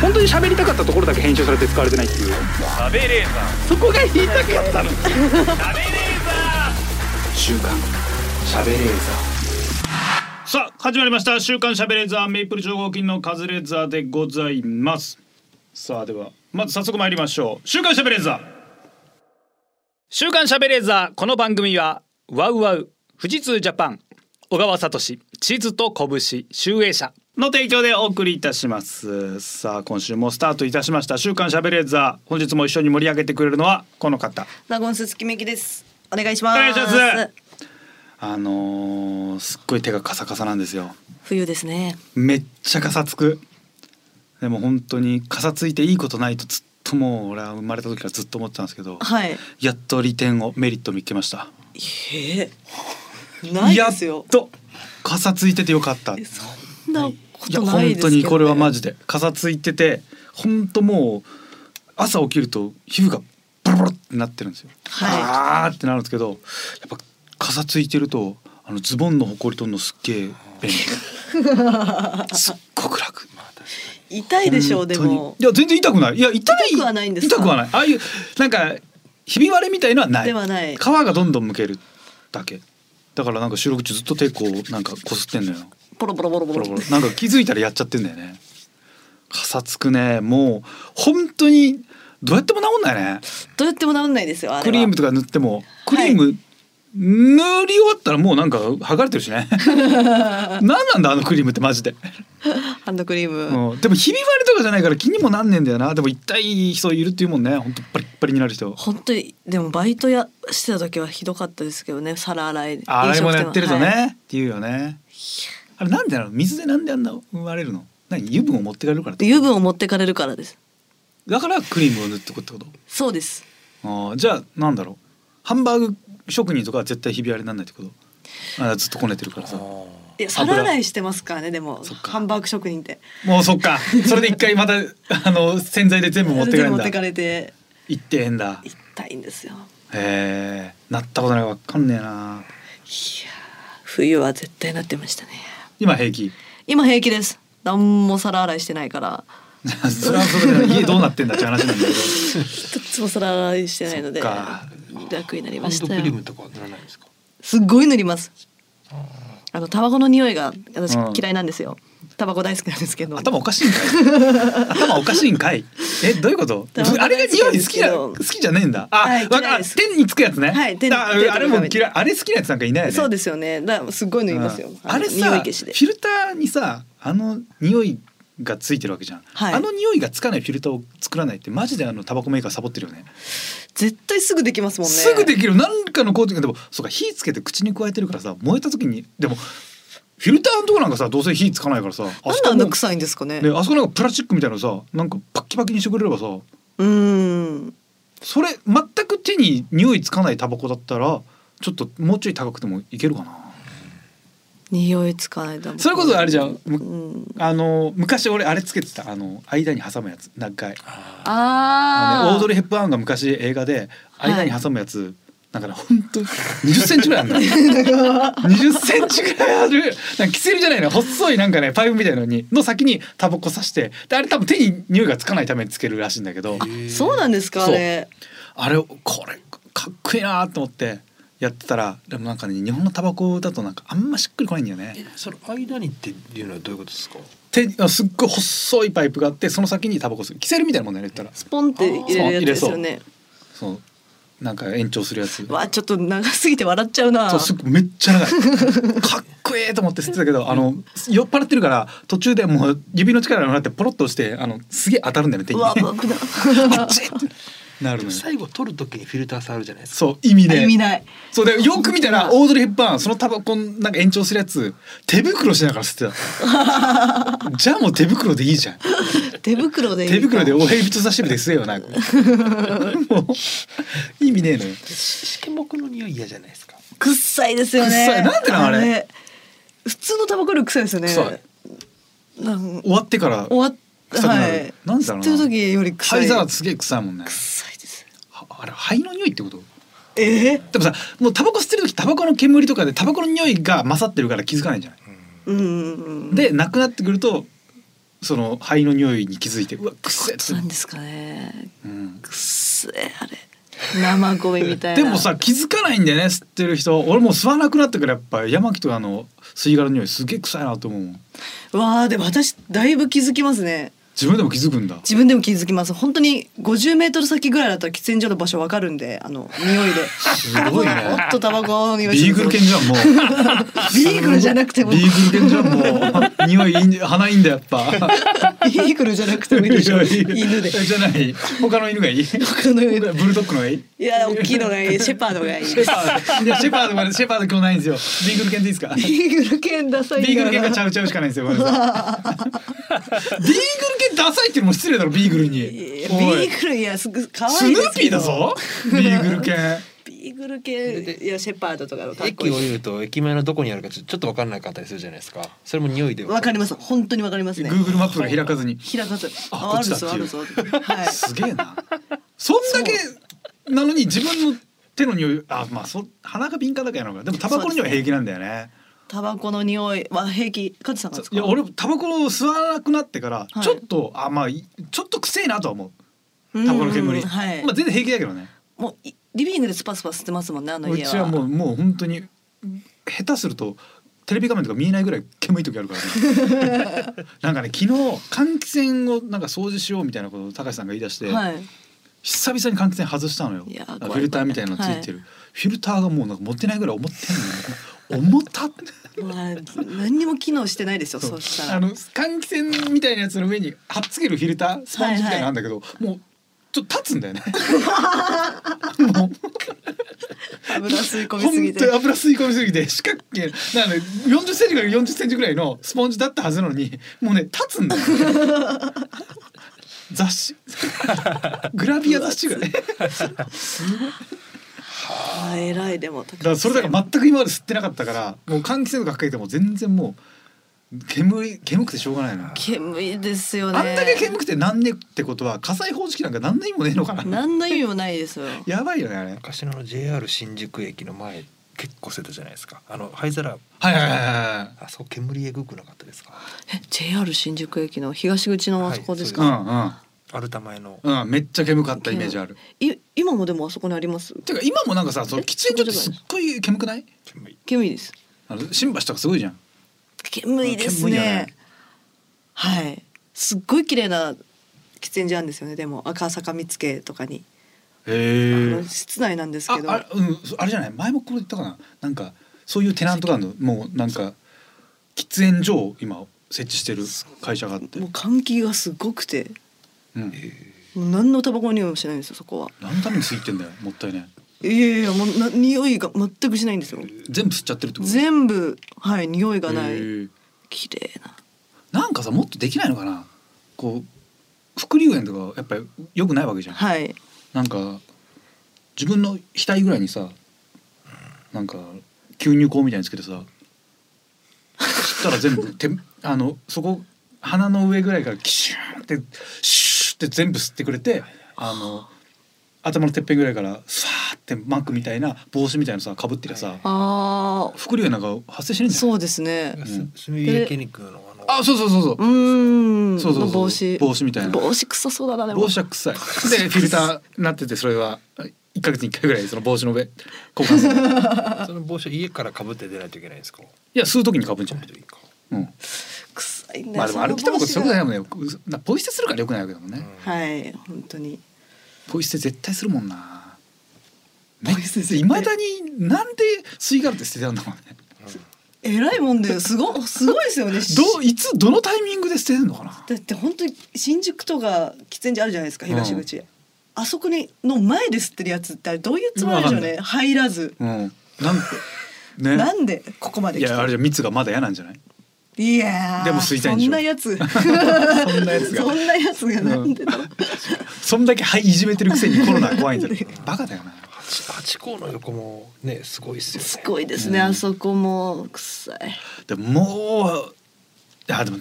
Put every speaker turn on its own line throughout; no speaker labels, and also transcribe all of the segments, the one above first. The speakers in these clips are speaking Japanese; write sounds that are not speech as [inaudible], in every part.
本当に喋りたかったところだけ編集されて使われてないっていう
食べレーザ
そこが言いたかったの
ー食べレーザ
週刊喋れー
ーさあ始まりました週刊しゃべレーザーメイプル超合金のカズレーザーでございますさあではまず早速参りましょう週刊しゃべレーザー
週刊しゃべれーザーこの番組はワウワウ富士通ジャパン小川聡地図と拳集英社
の提供でお送りいたしますさあ今週もスタートいたしました週刊しゃべレーザー本日も一緒に盛り上げてくれるのはこの方
ナゴンススキメキです。お願いします。
お願いしますあのー、すっごい手がカサカサなんですよ
冬ですね。
めっちゃカサつくでも本当にカサついていいことないとずっともう俺は生まれた時からずっと思ってたんですけど、
はい。
やっと利点をメリット見っけました
へえ。ないですよ
やっ。とカサついててよかったい
そんなこ
や
とない
本
ですけど、
当
ね。
にこれはマジでカサついてて本当もう朝起きると皮膚がバラバラってなってるんですよ、
は
あーってなるんですけどやっぱカサついてるとあのズボンのほこり取るのすっげえ
[laughs]
便利すっごく楽
い。痛いでしょうで
本
も
当に。いや全然痛くないいや痛い
痛くはないんですか
痛くはないああいうなんかひび割れみたいのはない
ではない
皮がどんどんむけるだけだからなんか収録中ずっと手こうなんかこすって
[laughs]
んのよ
ポロポロポロポ
ボ
ロ
ロボロなんか気づいたらやっちゃってんだよねかさつくねもう本当にどうやっても治んないね
どうやっても治んないですよあれは。
クリームとか塗ってもクリーム、塗り終わったらもうなんか剥がれてるし
[laughs]
ね何なんだあのクリームってマジで
ハンドクリーム。
うん、でもひび割れとかじゃないから気にもなんねえんだよなでも痛い人いるっていうもんねほんとバリッバリになる人
本当にでもバイトやしてた時はひどかったですけどね皿洗い
あれもやってるとね、
飲食店のはい
っていうよねあれなんでなの水でなんであんな割れるの何油分を持ってかれるからって
油分を持ってかれるからです
だからクリームを塗ってこってこと
そうです
あーじゃあなんだろうハンバーグ職人とかは絶対ひび割れになんないってことあーずっとこねてるからさも
いや
油
皿洗いしてますからねでも
そっか
ハンバーグ職人って
うそっかそれで一回 [laughs] またあの洗剤で全部持ってかれるん
持ってか
だ
れて
いってえんだ
痛いんですよ
へえなったことないわかんねえない
やー冬は絶対なってましたね
今平気
今平気です何も皿洗いしてないから
[laughs] それはそれで家どうなってんだって話なんだけど
一つも皿洗いしてないので
そっか
楽になり
ハ
ま
ン
し
ド
た
ク
よ
リームとかは塗らないんですか。
すっごい塗りますあのタバコの匂いが私
うん
嫌いなんですよタバコ大好きなんですけど
頭おかしいんかい頭おかしいんかいえどういうこと
頭おかしいんですけど
あれが匂い好きじゃ好きじゃねえんだあ、
はい
わ
嫌い
か
です
手につくやつね
はい手に
あ
手とか
あれも
髪に
嫌いあれ好きなやつなんかいないよね
そうですよねだからすっごい塗りますよ
うん
の
あれ
匂い
さフ
消しで
ィルターにさあの匂いがついてるわけじゃん、
はい
あの匂いがつかないフィルターを作らないってマジであのタバコメーカーサボってるよね
絶対すぐできますもんね
すぐできる何かのコーティングでもそうか火つけて口に加えてるからさ燃えた時にでもフィルターのとこなんかさどうせ火つかないからさあ
なん
そ
であ
こ
んな
も
臭いんですかね
ね、あそこなんかプラスチックみたいなのさなんかパッキパキにしてくれればさ
うーん
それ全く手に匂いつかないタバコだったらちょっともうちょい高くてもいけるかな
匂いつかないだもん
それこそあれじゃんむ
うん
あの昔俺あれつけてたあの間に挟むやつ長いあ
あ
の
あ
ねオードリー・ヘップバーンが昔映画で間に挟むやつ、なんかね本当二十センチぐらいあるんだ二十センチぐらいあるなんかキセルじゃないの細いなんかねパイプみたいのにの先にタバコ刺してであれ多分手に匂いがつかないためにつけるらしいんだけど
そうなんですかあれ
あれこれかっこいいなと思ってやってたらでもなんかね日本のタバコだとなんかあんましっくりこないんだよね
え、その間にっていうのはどういうことですか。
手あすっごい細いパイプがあってその先にタバコするキセルみたいなもんだよね言ったら
スポンって入れるやつですよね
そうなんか延長するやつ
わあちょっと長すぎて笑っちゃうな
そうすっごいめっちゃ長い [laughs] かっこいいと思って吸ってたけどあの酔っ払ってるから途中でもう指の力がなくなってポロッと落ちてあのすげえ当たるんだよね手
う
に
わ
ね
危な
あっちって [laughs] なる
で
の
も
よ
最後取るときにフィルター触るじゃないですか。
そう意味
い
で
意味ない
そうでよく見たらオードリー・ヘッバーンそのタバコなんか延長するやつ手袋しながら吸ってた
[laughs]
じゃあもう手袋でいいじゃん
手袋でいい
手袋で親指と人差し指で吸えよなも
[laughs]
う意味ねえのよ
しけもくの匂い嫌じゃないですか。
くっさいですよね
くっさいなんでなんあれ
普通のタバコより臭いですよね
臭
なん
終わってから
終わっ
臭くなる
はい
なんでだろうな
吸ってる時より臭い
灰皿すげえ臭いもんね
臭いです
はあれ灰の匂いってこと
えー
でもさもうタバコ吸ってる時タバコの煙とかでタバコの匂いが勝ってるから気づかないんじゃない、
うんうんうん
でなくなってくるとその肺の匂いに気づいてうわくせっつっ
なん
て、
ですかね
うん
くっせえあれ生ゴミみたいな
でもさ気づかないんだよね吸ってる人俺もう吸わなくなってからやっぱ山木とかの吸い殻の匂いすげえ臭いなと思うもん
わあでも私だいぶ気づきますね
自分でも気づくんだ
自分でも気づきます本当に50メートル先ぐらいだったら喫煙所の場所わかるんであの匂いで
すごいね
おっとタバコを見ました
ビーグル犬じゃんもう
ビーグルじゃなくても
ビーグル犬じゃんもう匂いいい鼻いいんだやっぱ
ビーグルじゃなくてもいいでしょ
[laughs]
[laughs] 犬で
じゃない他の犬がいい
他の
ブ
犬
ルドッグのがいい
いや大きいのがいいシェパードがいい
シェパードいやシェパードまでシェパード今日ないんですよビーグル犬でいいですかビ
ビーグル犬ダサい
ーグル犬がち
ゃ
ゃうちゃうしかないんですよごめんなさいビーグル犬ダサいっていうのも失礼だろビーグルに
ビ
おい
ーグルいやすぐ可
ス
愛い
ヌ
です
ーピ
け
ーだ
ど
ぞビーグル犬
ビーグル犬いやシェパードとかのかっこ
駅
い
降
い
りると駅前のどこにあるかちょちょっと分かんなかったりするじゃないですかそれも匂いで
わかりますす本当にわかりますね
Google マップが開かずに
開かず
あ
あ
こ
あ
っち
る
だってい
ぞ
う
あるぞはい
すげえな。そんだけなのに自分の手の匂いあまあそ鼻が敏感だからやのかでもタバコの匂いは平気なんだよね。
タバコの匂いは平気カズさんがですか
いや俺タバコを吸わなくなってから
はい
ちょっと、あまあいちょっとくせえなとは思う。
うん
タバコの煙、
はい
まあ全然平気だけどね。
もういリビングでスパスパ吸ってますもんねあの
う
家は
ちはもうもう本当に下手するとテレビ画面とか見えないぐらい煙い時あるから
[laughs]
ね。なんかね昨日換気扇をなんか掃除しようみたいなことを高橋さんが言い出して。
はい
久々に換気扇外したのよ
いや
なんか
怖
フ
い
ィルターみたいなのついてる、フィルターがもうなんか持ってないぐらい思ってんのよ重たっ
まあ何にも機能してないですよ [laughs] そうした
あ
ら
の換気扇みたいなやつの上に貼っつけるフィルタースポンジみたいなのあるんだけど、もうちょっと立つんだよ
[laughs]
ねもう
油吸い込みすぎ
本
て
当に油吸い込みすぎて四角形なので40センチぐらい40センチぐらいのスポンジだったはずなのにもうね立つんだよ
[laughs]
雑誌グラビア雑誌がね
あ偉いでもだ
だからそれだから全く今まで吸ってなかったからもう換気扇とかかけても全然もう煙い煙くてしょうがないな、
煙いですよね
あんだけ煙くてなんねってことは火災報知器なんか何の意味もねえのかな
何の意味もないですよ
やばいよねあれ
昔のあの JR 新宿駅の前結構捨てたじゃないですかあの灰皿
はいはいはいは
あそこ煙えぐくなかったですか
え JR 新宿駅の東口のあそこです
い
か、
は
アルタ前の
いうんうんうんめっちゃ煙かったイメージある
い今もでもあそこにあります
てか今もなんかさその
え
喫煙所ってすっごい煙くない
煙
煙です
あの新橋とかすごいじゃん
煙です
煙
ね
やね
はいすっごい綺麗な喫煙所なんですよねでも赤坂見附とかに、
へえ
室内なんです
あ
けど
あれうんあれじゃない前もこれ言ったかななんかそういうテナントがあるのもうなんか喫煙所を今設置してる会社があって
もう換気がすごくて
うん
もう何のタバコの匂いもしないんですよそこは
何のために吸いってんだよもったいね
いやいやいやもうな匂いが全くしないんですよ
全部吸っちゃってるってこと
全部はい匂いがな
へ
い
ー
綺麗な
なんかさもっとできないのかなこう副流煙とかやっぱり良くないわけじゃん、
はい
なんか自分の額ぐらいにさなんか吸入口みたいにつけてさ吸ったら全部てあのそこ鼻の上ぐらいからキシューンってシューって全部吸ってくれてあの頭のてっぺんぐらいからさーってマクみたいな帽子みたいなさかぶってりゃさ
あ
副流煙なんか発生しないんだよ
そうですね
す炭火焼肉のあの
あ、そうそうそうそう
う。ーん
そうそうそう
の帽子
帽子みたいな
帽子臭そうだなでも
帽子は臭い。で、フィルターになってて、それは一ヶ月に一回ぐらいその帽子の上交換する。
その帽子家からかぶって出ないといけないんですか
いや、吸う時に被るんじ
ち
ゃ
ょっ
ない
と。いいか
うん。
臭いんだよ
まあでも歩きタバコって
そ
そう
の
いうこと
帽子
じ
が
ゃないもんね。なポイ捨てするから良くないわけだもんね。
はい本当に
ポイ捨て絶対するもんな。めっ
[laughs] ポイ捨て絶対
いまだになんで吸い殻って捨てたんだもんね。
えらいもんだよすごすごいですよね
どういつどのタイミングで捨てるのかな。
だって本当に新宿とか喫煙所あるじゃないですか東口、あそこにの前で吸ってるやつってあれどういうつもりなんでしょう
わ
ね入らず、
うん。なんね。
なんでここまで
い
来た
やあれじゃ蜜がまだ嫌なんじゃない。
いやー
でも吸いたいんでしょ
そんな
[laughs]
やつ
そんなやつが
[laughs] そ。んなやつがなんでだろう、
そんだけ肺いじめてるくせにコロナ怖いんだよ。バカだよな。
八八甲の横もねすごいっすよね
すごいですね、あそこも臭い
でももうあでも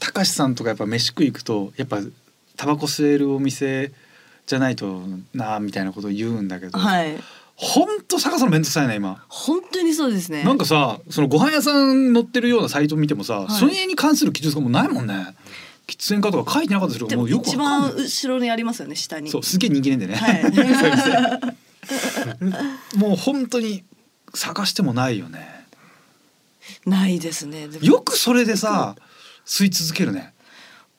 たかしさんとかやっぱ飯食い行くとやっぱタバコ吸えるお店じゃないとなあみたいなことを言うんだけど、
はい
ほんと探すの面倒くさいな今。
本当にそうですね
なんかさそのご飯屋さん載ってるようなサイト見てもさ、
い
それに関する記述がもうないもんね。喫煙家とか書いてなかったですけ
で
ども
も
うよくわ
一
かんな
番
い
後ろにありますよね下に。
そうすげえ人気ねんでね、
はい。 [laughs]
そう [laughs] ですねもう本当に探してもないよね
ないですね。でも
よくそれでさ吸い続けるね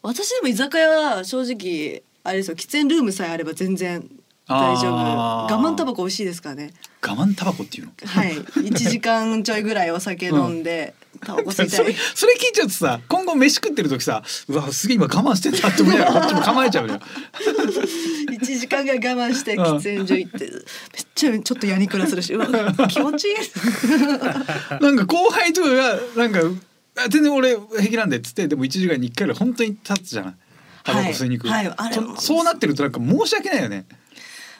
私でも居酒屋は正直あれですよ喫煙ルームさえあれば全然大丈夫
あー
我慢タバコ美味しいですからね
我慢タバコっていうの
はい1時間ちょいぐらいお酒飲んで、タバコ吸い
そ [laughs]
た
れ
い
それ聞いちゃうとさ今後飯食ってる時さうわすげえ今我慢してんだって思い
[laughs]
ながらこっちも構えちゃうよ
1時間ぐらい我慢して
うん
喫煙所行ってめっちゃちょっとやにくらするしうわ気持ちいい
なんか後輩とかがなんかあ全然俺平気なんでっつってでも1時間に1回ぐらい本当に立つじゃないタバコ吸いに行く、
はいはいあれ
そそうなってるとなんか申し訳ないよね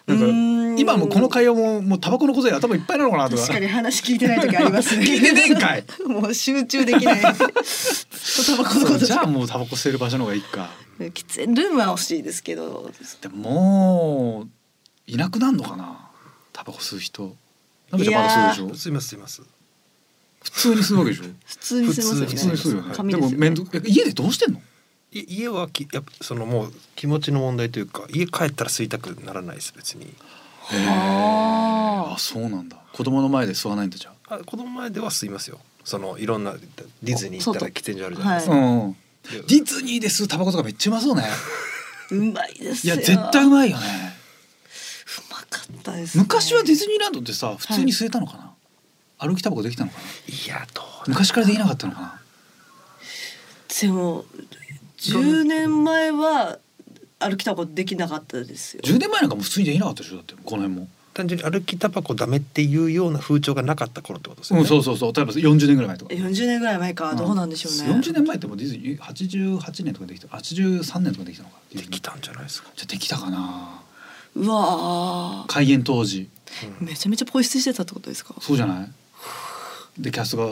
な
うー
ん
ん
か今もうこの会話ももうタバコのことで頭いっぱいなのかなとか
確かに話聞いてない時あります
[laughs]
ね
聞いてねえんかい
[laughs] もう集中できないタバコの
そ
こ
う
と
じゃあもうタバコ吸える場所の方がいいか
喫煙ルームは欲しいですけど
でももういなくなるのかなタバコ吸う人なんでタバコ吸うでしょ
すいませんすいません
普通に吸うわけでしょ
普通にすいませんね
普通に吸うよね
紙
で
ですよ
も
ね
面倒え家でどうしてんの
い家はきやっぱそのもう気持ちの問題というか家帰ったら吸いたくならないです別に
ああそうなんだ子供の前で吸わないんだじゃ
あ子供前では吸いますよそのいろんなディズニー行ったら
外
喫煙所あるじゃないです
あ、
か、
は
うんうん
で
ディズニーで吸うタバコとかめっちゃうまそうね
うまいです
い
よ
や絶対うまいよね
うまかったです、ね、
昔はディズニーランドってさ普通に吸えたのかな、歩きタバコできたのかない
やどうな
昔からできなかったのかな
でも10年前は歩きたことできなかったですよ
10年前なんかもう普通にできなかったでしょだってこの辺も、
単純に歩きタバコダメっていうような風潮がなかった頃ってことです
う
よね、
んそうそうそう例えば40年ぐらい前とか
40年ぐらい前かどうなんでしょうね、
40年前ってもうディズニー88年とかできた83年とかできたのかディ
で
ズニー
きたんじゃないですか、
じゃあできたかな
うわ
開園当時
う
ー
ん
めちゃめちゃポイ捨てしてたってことですか
そうじゃないでキャストが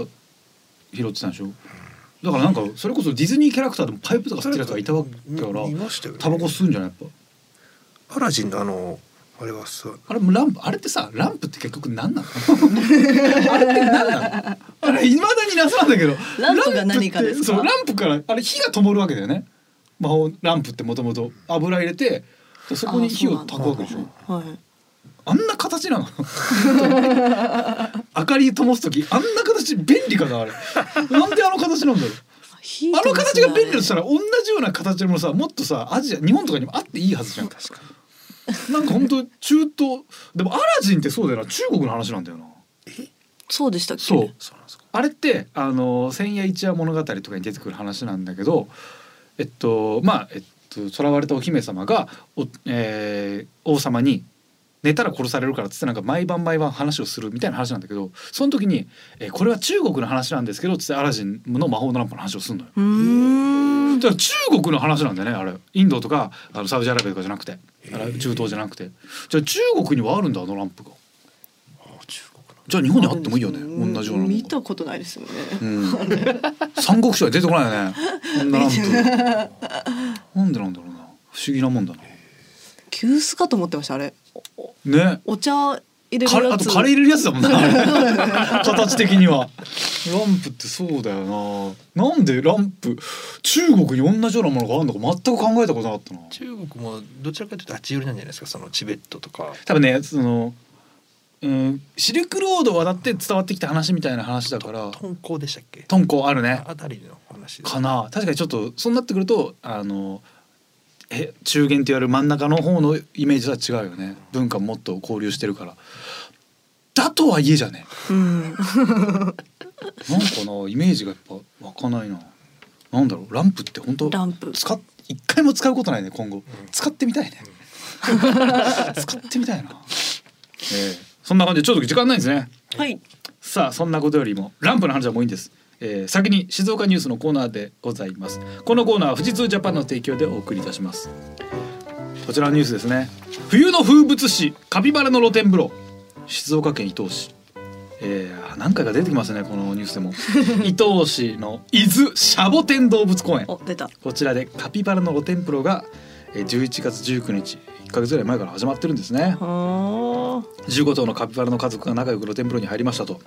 拾ってたんでしょだからなんかそれこそディズニーキャラクターでもパイプとか吸ってるやつがいたわけだから
いましたよね
タバコ吸うんじゃないやっ
アラジンのあのあれはそう
ぱあれもランプあれってさランプって結局何なの [laughs] あれって何なのあれいまだに謎なんだけど
ランプが何かですか
ランプってそうランプからあれ火が灯るわけだよね魔法ランプってもともと油入れてでそこに火を
あー
焚
そう
くわ
なん
け
だ
でしょ
はい
あんな形なの [laughs] 明かり灯す時あんな形便利かなあれなんであの形なんだろう
ヒー
あ
ト
の
です
形
ね
が便利だとしたら同じような形でもさもっとさアジア日本とかにもあっていいはずじゃん
確か
なんか本当中東でもアラジンってそうだよな中国の話なんだよな
そうでしたっけ
そう
そうなんですか
あれってあの千夜一夜物語とかに出てくる話なんだけどえっとまあえっと囚われたお姫様がお、えー王様に寝たら殺されるからっつってなんか毎晩毎晩話をするみたいな話なんだけどその時に、えーこれは中国の話なんですけどっつってアラジンの魔法のランプの話をするのよ。
うーん
だから中国の話なんだよねあれインドとかあのサウジアラビアとかじゃなくてあれ中東じゃなくてじゃあ中国にはあるんだあのランプが
あ中国の
じゃあ日本にあってもいいよね同じようなものが
見たことないですよね、
うん、三国志は出てこない
[laughs]
よねこんなランプなんでなんだろうな不思議なもんだ
急須かと思ってましたあれ
なね
お茶入れるやつ
カレーあとカレー入れるやつだも
[laughs]
んなあれ形的にはランプってそうだよななんでランプ中国に同じようなものがあるのか全く考えたことなかったな
中国もどちらかというとあっち寄りなんじゃないですかそのチベットとか
多分ねその、うん、シルクロードを渡って伝わってきた話みたいな話だから
敦煌でしたっけ
敦煌あるね
あたりの話です
かな確かにちょっとそうなってくるとあのえ中元といわれる真ん中の方のイメージとは違うよね文化もっと交流してるからだとはいえじゃね
うん
なんかなイメージがやっぱ湧かないななんだろうランプって本当
ランプ
使っ一回も使うことないね今後使ってみたいね [laughs] 使ってみたいなええそんな感じでちょっと時間ないですね
はい
さあそんなことよりもランプの話はもういいんです、えー先に静岡ニュースのコーナーでございますこのコーナーは富士通ジャパンの提供でお送りいたしますこちらのニュースですね冬の風物詩カピバラの露天風呂静岡県伊東市えー、何回か出てきますねこのニュースで [laughs] も伊東市の伊豆シャボテン動物公園
お出た
こちらでカピバラの露天風呂がえー11月19日1ヶ月ぐらい前から始まってるんですね
は
15頭のカピバラの家族が仲良く露天風呂に入りましたと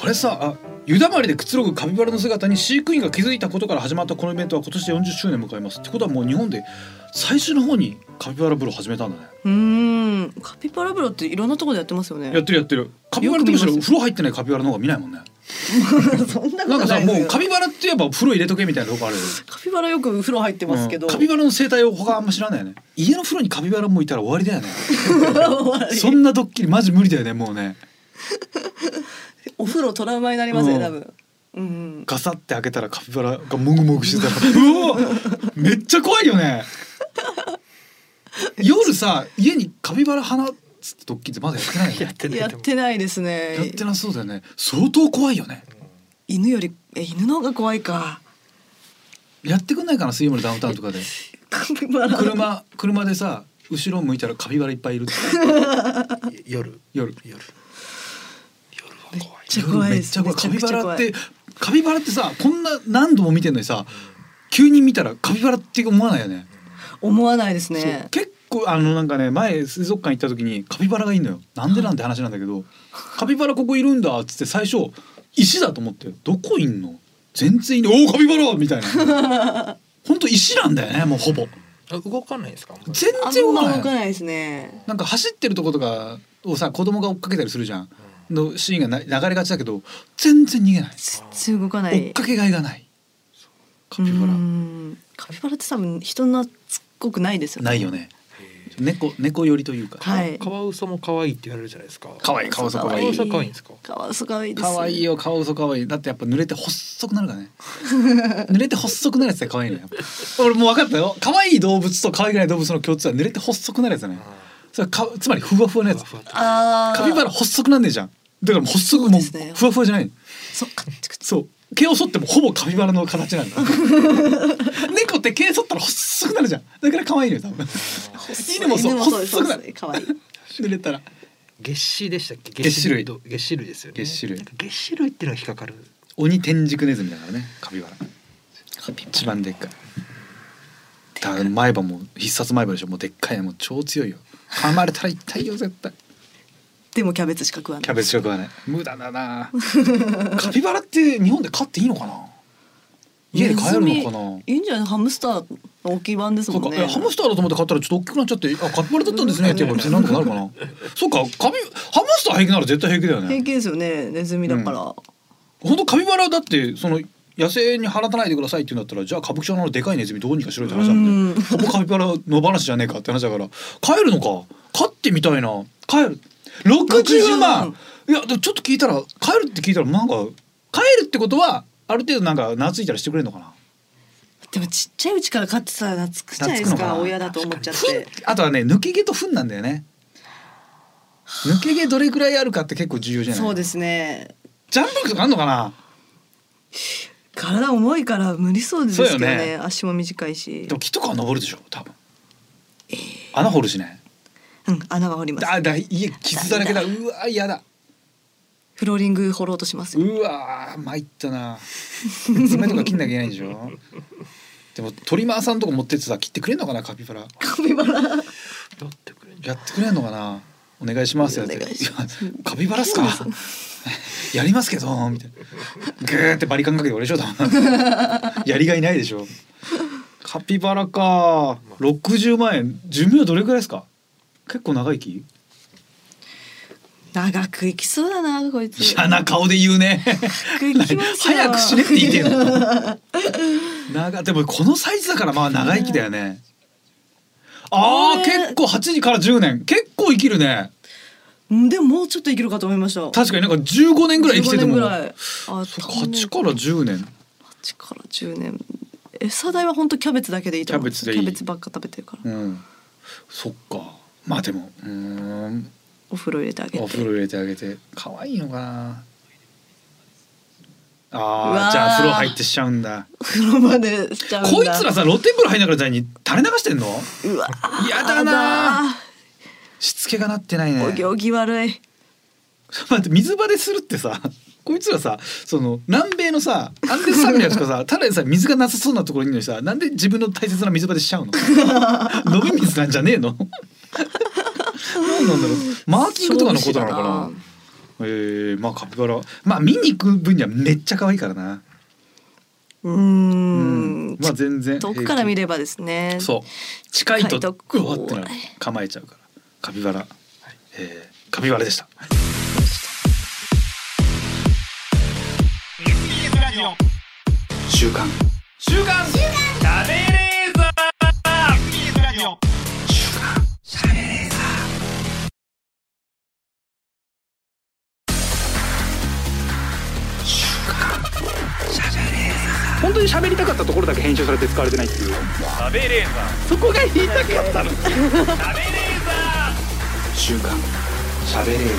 これさあ湯だまりでくつろぐカピバラの姿に飼育員が気づいたことから始まったこのイベントは今年で40周年を迎えますってことはもう日本で最初の方にカピバラ風呂始めたんだね
うーんカピバラ風呂っていろんなところでやってますよね
やってるやってるカピバラってむしろ風呂入ってないカピバラの方が見ないもんね
そんなこ
なん
とな
かさ
いです
もう
よ
カピバラって言えば風呂入れとけみたいなとこあるよ
カピバラよく風呂入ってますけど、
うんカピバラの生態を他あんま知らないよね家の風呂にカピバラもいたら終わりだ [laughs] よね
[laughs]
そんなドッキリマジ無理だよねもうね
お風呂トラウマになります
う
ね
ん
多分うん
ガサって開けたらカピバラがもぐもぐしてたらうおめっちゃ怖いよね夜さ家にカピバラ放つドッキリってまだやってないよね
やってない
や
や
っ
でも
てないですね
やってなそうだよね相当怖いよね
犬よりえ犬の方が怖いか
やってくんないかな水曜日のダウンタウンとかで
カピバラ
車車でさ後ろ向いたらカピバラいっぱいいるって
夜
夜
夜夜は怖い
めっちゃ怖いです
夜めっちゃ怖いカ
めちゃくちゃ
ピバラ
怖
っ
い
てカピバラってさこんな何度も見てんのにさ急に見たらカピバラって思わないよね
思わないです
そう
ね
結構あのなんかね前水族館行った時にカピバラがいいのよなんでなんて話なんだけ
[laughs]
どカピバラここいるんだっつって最初石だと思ってどこいんの全然いないおーカピバラみたいな
[laughs]
ほんと石なんだよねもうほぼ
あ動かないんですかあんまり
全
あん
然動か
ま
な
動
い
かないですね
なんか走ってるとことかをさ子供が追っかけたりするじゃんのシーンがな流れがちだけど全然逃げない、
全然動かない
追っかけがいがないカピバ
うー
ラ
んカピバラって多分人懐っこくないですよね
ないよね猫猫寄りというか
はい
カワウソも可愛いって言われるじゃないですか
可愛いカワウソ可
可
愛
愛
い
いカワウソ可愛いんですか
カワウソ可愛いです
可愛いよ顔嘘可愛いだってやっぱ濡れて細くなるからね [laughs] 濡れて細くなるやつって可愛いのよ俺もう分かったよ可愛い動物と可愛くない動物の共通は濡れて細くなるやつだねそれかつまりふわふわのやつ
ふわふわ
あー
カピバラ細くなんねえじゃんだからもう細くも
そう
う
ですね
ふわふわじゃない
そっかチクチ
そう毛を剃ってもほぼカピバラの形なんだ
[laughs]
猫って毛剃ったら細くなるじゃんだから可愛いのよ多分
ク
犬もそう細くな
です
る
可愛い
濡れたら
月歯でしたっけ
月歯類
ど月歯類ですよね
月歯類
なんか月歯類っていうのが引っかかる
鬼天竺ネズミだからねカピバラ一番でっかいだから前歯も必殺前歯でしょもうでっかいのもう超強いよ噛まれたら痛いよ絶対
でもキャベツしか食わない
キャベツ食はね無駄だなカピバラって日本で飼っていいのかな家で飼えるのかない
いんじゃないハムスターの大きい版です
そう
も
か
ん、
え
ね。
ハムスターだと思って買ったらちょっと大きくなっちゃってあカピバラだったんですねって言えば別になんとかなるかなそうかカピハムスター平気なら絶対平気だよ
平
ね
気ですよねネズミだから。
本当カピバラだってその野生に放たないでくださいって言うんだったらじゃあ歌舞伎町のあのでかいネズミどうにかしろよって話なんで
うん
ほぼカピバラの話じゃねえかって話だから帰るのか飼ってみたいな帰る60
60
万
万
いやでもちょっと聞いたら帰るって聞いたらなんか帰るってことはある程度なんか懐いたりしてくれるのかな
でもちっちゃいうちから飼ってたら懐くじゃないで
懐く
す
の
か
かな
親だと思っちゃって。
あとはね抜け毛と糞なんだよね抜け毛どれくらいあるかって結構重要じゃない
そうですね。
ジャンプ力とかあんのかな
体重いから無理そうですけど
そうよ
ね
ね
足も短いし
で、も木とかは登るでしょ多分穴掘るしね
うん、穴が掘ります
だだ家傷だらけだうわ嫌だ
フローリング掘ろうとしますよ
うわ参ったな爪とか切んなきゃいけないんでしょでもトリマーさんとか持ってってさ切ってくれんのかなカピバラ
カピバラ
だってくれんじゃ
やってくれんのかなお願いしますよって
お願いします
いやカピバラっすかやりますけどみたいなグーってバリカンかけて俺でしょ多分やりがいないでしょカピバラか60万円寿命どれくらいですか結構長生き
長く生きそうだなこいつ
嫌な顔で言うね
長く生きますよ
早く死ねって言ってんの
[laughs]
長でもこのサイズだからまあ長生きだよねあー
ね
結構8時から10年結構生きるね
うんでももうちょっと生きるかと思いました
確かになんか15年ぐらい生きてても
15年ぐらいあ
そっか
多分ね
8から10年
8から10年餌代は本当キャベツだけでいいと思
キャ
う
ベツでいい
キャベツばっか食べてるから、
うんそっかまあでもうーん
お風呂入れてあげて
お風呂入れてあげて可愛いのかな
うわ
あ
ー
ーじゃあ風呂入ってしちゃうんだ
風呂までしちゃうんだ
こいつらさ露天風呂入りながらに垂れ流してんの
うわ
やだなーしつけがなってないね
お行儀悪い
[laughs] 待って水場でするってさこいつらさその南米のさアンデス山脈とか
[laughs]
さただでさ水が [laughs] なさそうなところにいるのにさなんで自分の大切な水場でしちゃうの飲み水なんじゃねえの何なんだろうマーキングとかのことなのか
勝
な
負師だ
えー、まあカピバラまあ見に行く分にはめっちゃ可愛いからな
うーん。
まあ全然
遠くから見
れ
ればですね。
そう近い
近
と
いと
うわってなる構えちゃうからカピバラ、えー、カピバラでした
週刊本当に喋りたかったところだけ編集されて使われてないっていう喋れーそこが言いたかったの喋れー週刊喋れーザ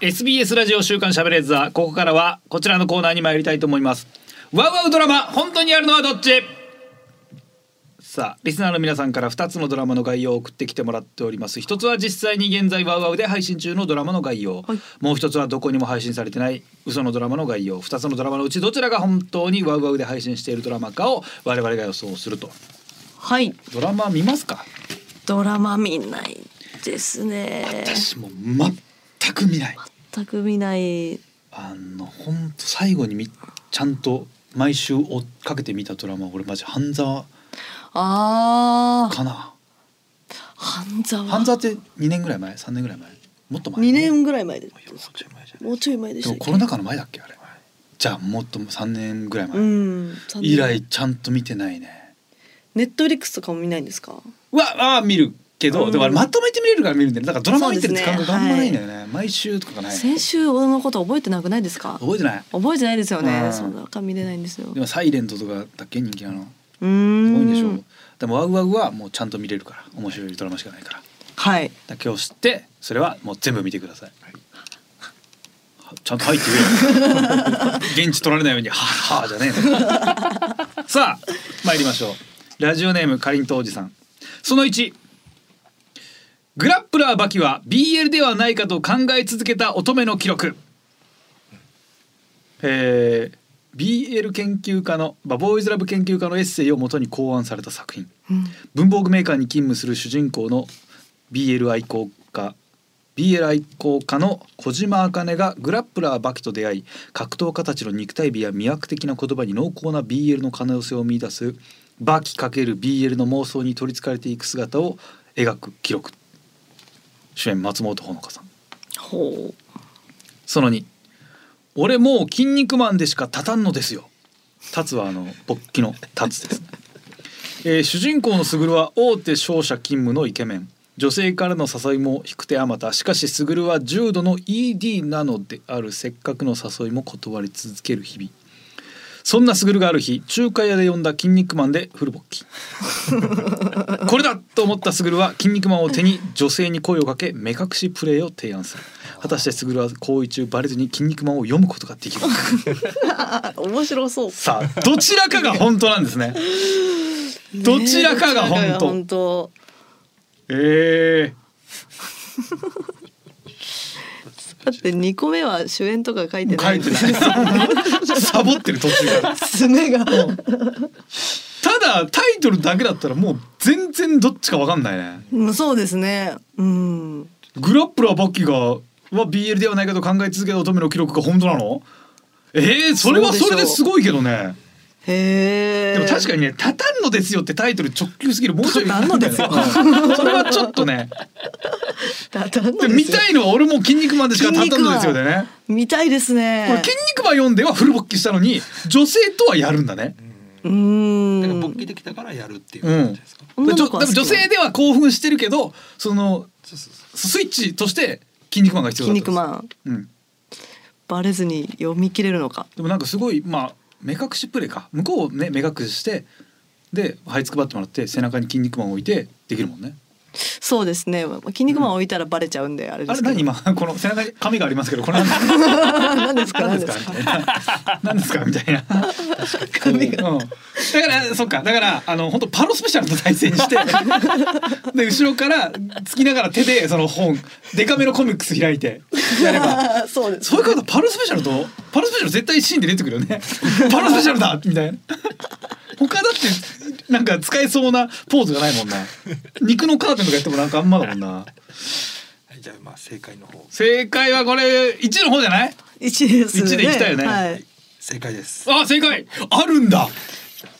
ー
SBS ラジオ週刊しゃべれーザーここからはこちらのコーナーに参りたいと思いますワウワウドラマ本当にやるのはどっちさあリスナーの皆さんから2つのドラマの概要を送ってきてもらっております一つは実際に現在ワウワウで配信中のドラマの概要、
はい
もう一つはどこにも配信されてない嘘のドラマの概要2つのドラマのうちどちらが本当にワウワウで配信しているドラマかを我々が予想すると
はい。
ドラマ見ますか
ドラマ見ないですね。
私もう全く見ない
全く見ない。
あの本当最後にみちゃんと毎週追っかけてみたドラマ俺マジ半沢
ああ。
かな
半沢。
半沢って2年ぐらい前3年ぐらい前もっと前
二年ぐらい前で
もうちょい前でし
で
たっ
も
け
コロナ禍の前だっけあれじゃあもっと3年ぐらい前、
うん
以来ちゃんと見てないね
ネットフリックスとかも見ないんですか
うわあー見るけど、
うん
でもあれまとめて見れるから見るんだよねだからドラマ見てる時間
そ
が
うですね
頑張らないんだよね、毎週とかがない覚
先週のこと覚えてなくないですか。
えてない
覚えてないですよ
う
ね。
ん
そんなか見れないんですよ。
でも「サイレントとかだっけ人気なの
う
多い
ん
んでしょう、でも「ワウワウ」はもうちゃんと見れるから面白いドラマしかないから
はい
だから今日知ってそれはもう全部見てください、はちゃんと入って [laughs] 言えよ現地取られないように「はあはあ」じゃねえのさあ参りましょうラジオネームかりんとおじさんその1グラップラーバキは BL ではないかと考え続けた乙女の記録えー BL 研究家の、まあ、ボーイズラブ研究家のエッセイをもとに考案された作品
うん
文房具メーカーに勤務する主人公の BL 愛好家 BL 愛好家の小島茜がグラップラーバキと出会い格闘家たちの肉体美や魅惑的な言葉に濃厚な BL の可能性を見出すバキ ×BL の妄想に取りつかれていく姿を描く記録主演松本穂香さん
ほう。
その2「俺もう筋肉マンでしか立たんのですよ」立つはあの勃起の立つです、えー主人公の卓は大手商社勤務のイケメン女性からの誘いも引く手あまたしかし卓は重度の ED なのであるせっかくの誘いも断り続ける日々そんな卓がある日中華屋で呼んだ「筋肉マン」でフル勃起これだと思った卓は「筋肉マン」を手に女性に声をかけ目隠しプレーを提案する果たして卓は行為中バレずに「筋肉マン」を読むことがで [laughs] きるのか
面白そう
さあどちらかが本当なんですねどちらかが本当
ねえどちらかが本当
ええ
だって二個目は主演とか書いてな
書
い。
いてないサボってる途中から
爪が
ただタイトルだけだったらもう全然どっちかわかんないね
うん
そうですねうん
グラップラーバッキーがは BL ではないかと考え続けた乙女の記録が本当なのえー、それはそれですごいけどね
へえ
でも確かにね「たたんのですよ」ってタイトル直球すぎるもうちょい
たたんのですよ
うん [laughs] それはちょっとね
だだん
で
だん
見
ですよ
たいのは俺も「筋肉マン」でしか「たたんのですよ」でね
見たいです
これ
ね
筋肉マン読んではフル勃起したのに女性とはやるんだね。
う
だから
ー
勃
ん
起できたからやるっていう感じですか。
女の子は
でも女性では興奮してるけどその
そうそうそう
スイッチとして筋肉マンが必要
筋
だった
肉
んです
マン
うん、
バレずに読み切れるのか。
でもなんかすごいまあ目隠しプレイか向こうをね目隠ししてで這いつくばってもらって背中に筋肉マンを置いてできるもんね。
そうですね。筋肉マン置いたらバレちゃうんであれで
あれ
すけど。
何今 [laughs] この背中に髪がありますけどこれ何です
[laughs]
か
何ですか
何
何
で
です
すか
か。
みたいな何ですかみたいな。
髪が
うん、だからそっかだからあの本当パロスペシャルと対戦してで後ろからつきながら手でその本デカめのコミックス開い [laughs] てやれば
あーそうで
[laughs]
す
そういう方パロスペシャルと [laughs] パロスペシャル絶対シーンで出てくるよねパロスペシャルだみたいな他だってなんか使えそうなポーズがないもんな肉のカーテンとかやってもなんかあんまだもんな
はいじゃあまあ正解の方
正解はこれ一の方じゃない？
一ですね。
一で行きたいよね
はい。
正解です
あ正解あるんだ。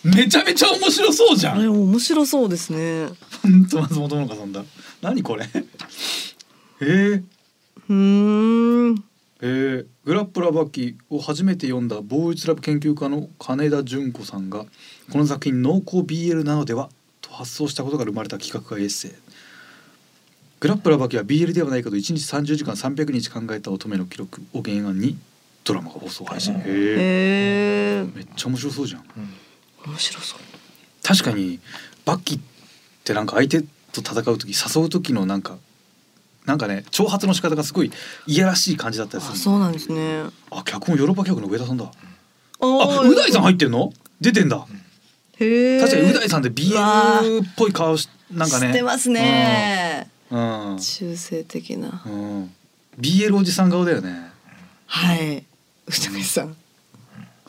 めちゃめちゃ面白そうじゃ
あ
ん。
れ面白そうですね。
本当松本のかさんだ何これえー、
うーん。
えーグラップラバキを初めて読んだボーイズラブ研究家の金田純子さんがこの作品濃厚 BL なのではと発想したことから生まれた企画がエッセイグラップラバキは BL ではないけど1日30時間300日考えた乙女の記録を原案にドラマが放送配信へ
へ
ー
え。
めっちゃ面白そうじゃん
面白そう。
確かにバッキーってなんか相手と戦う時誘う時のなんかなんかね挑発の仕方がすごいいやらしい感じだった
あ
りする
そうなんですね。
あ脚本ヨーロッパ客の上田さんだあ
あ
う大さん入ってんの出てんだ
へえ。
確かにう大さんで
うわ
BL っぽい顔しなんかね
してますね。
うん、
中性的な
う。んうん、BL おじさん顔だよね
はい。歌いさ
[laughs]
ん。
は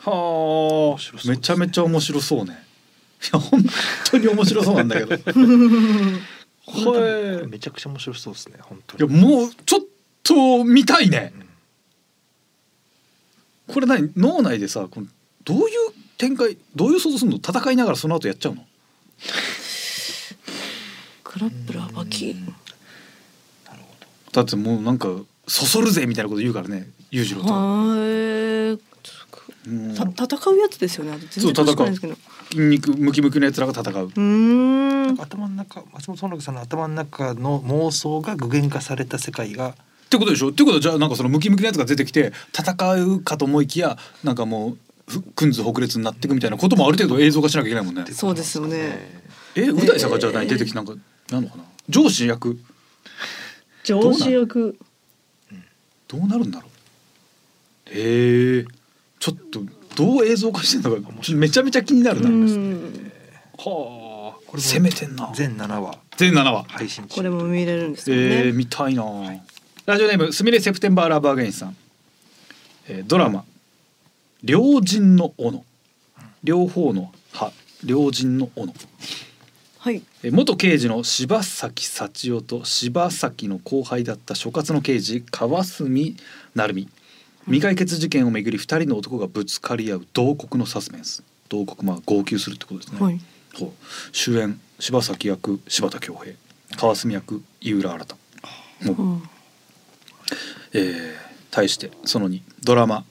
あめちゃめちゃ面白そうねいや本当に面白そうなんだけど [laughs] はい
めちゃくちゃ面白そうですね本
い
当
や
に
もうちょっと見たいね。これ何脳内でさこのどういう展開どういう想像するの戦いながらその後やっちゃうの
クラップラーバキ。
だってもうなんかそそるぜみたいなこと言うからね裕次郎と。
はい。ちょっと
うん
た戦うやつですよね。あれ全然
そ
詳
う
しくないんですけど。う
筋肉ムキムキのやつらが戦う。
ーん。
頭の中松本園子さんの頭の中の妄想が具現化された世界が
ってことでしょってことはじゃあなんかそのムキムキのやつが出てきて戦うかと思いきやなんかもうふくんずほくれつになっていくみたいなこともある程度映像化しなきゃいけないもんね。
そうですよね。
えう大さんがじゃあ何出てきてなんかなのかな上司役
上司役。
どうなるんだろうへえちょっとどう映像化してるのかちょっとめちゃめちゃ気になるな、
うん。
はあこ
れも
攻めてんな
全7話
全7話
配信中
これも見れるんですよ
えー、
ね。
見たいな、ラジオネームすみれセプテンバーラバーゲインさん、えードラマ「両人の斧」両方の歯両人の斧
はい。
えー元刑事の柴崎幸男と柴崎の後輩だった所轄の刑事川澄成美未解決事件をめぐり2人の男がぶつかり合う同国のサスペンス同国まあ号泣するってことですね、
はい。
ほう主演柴崎役柴田恭平川澄役井浦新もう
うん。
えー対してその2ドラマ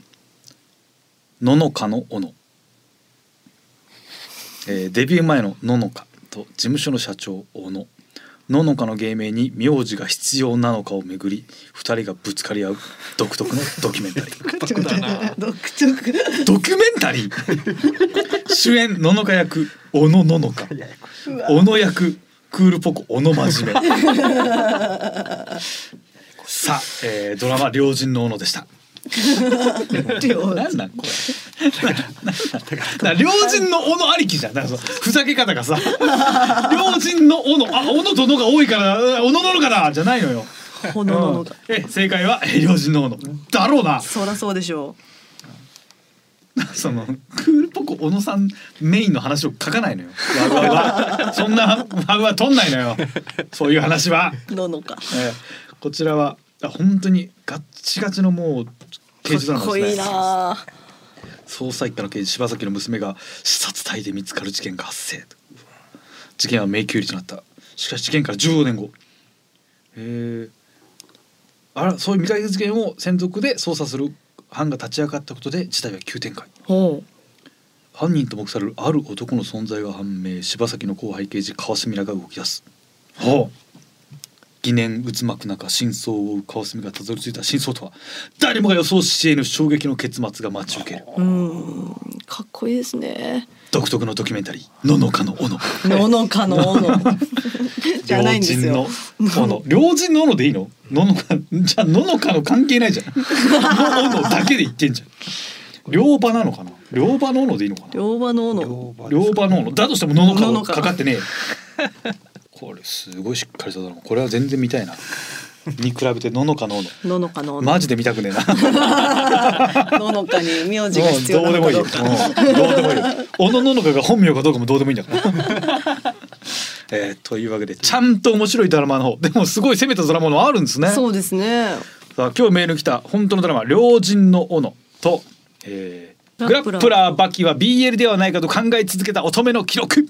「ののかの斧」えーデビュー前のののかと事務所の社長小野ののかの芸名に名字が必要なのかをめぐり2人がぶつかり合う独特のドキュメンタリー
独特だな。独特。
ドキュメンタリー主演ののか役小野ののか小野役クールポコ小野真面目さあ、えードラマ「両人の斧」でした。なんなんこれ。な両人の斧ありきじゃん。なんかそのふざけ方がさ、両人の斧、あ斧とのが多いからうん斧ののかなじゃないのよ。
ほののの
うん
が。
え正解はえ両人の斧だろうな。
そらそうでしょ
そのクールポコ小野さんメインの話を書かないのよ。わぐわはそんなわぐわ取んないのよ。そういう話は。
う。ののか。
えーこちらはあ本当にガッチガチのもう刑事ドラ
かっ
マ
こ
で
い
す
い
ね。
なあ。
捜査一課の刑事柴崎の娘が視察隊で見つかる事件が発生事件は迷宮入りとなったしかし事件から15年後えー、あらそういう未解決事件を専属で捜査する班が立ち上がったことで事態は急展開
ほ
犯人と目されるある男の存在が判明柴崎の後輩刑事川澄らが動き出すはあ疑念渦巻く中真相を追う川澄がたどり着いた真相とは誰もが予想し得ぬ衝撃の結末が待ち受ける
う。うん。かっこいいですね。
独特のドキュメンタリー「ののかの斧」
ののかのおの。 [laughs] じゃないんですよ。
両人の斧両人の斧でいいのののか [laughs] じゃあののかの関係ないじゃんの斧だけで言ってんじゃん両場なのかな両場の斧でいいのかな
両場のおの。
両場
両場の斧だとしてもののか
の
の
のか
かかってねえこれすごいしっかりしたドラマこれは全然見たいなに比べてののかのう
の
の
のかの
マジで見たくねえな
ののかに名字が
もう
必要
ど
な
うで
の
もい
か
い
ど
よ
うか。
うんどうでもいいよおのののかが本名かどうかもどうでもいいんだから [laughs] えーというわけでちゃんと面白いドラマの方でもすごい攻めたドラマのあるんですね
そうですね
さあ今日メール来た本当のドラマ「良人の斧」と、えーグ
グ
ラ
ラップラー
ップラーバキは BL ではないかと考え続けた乙女の記録」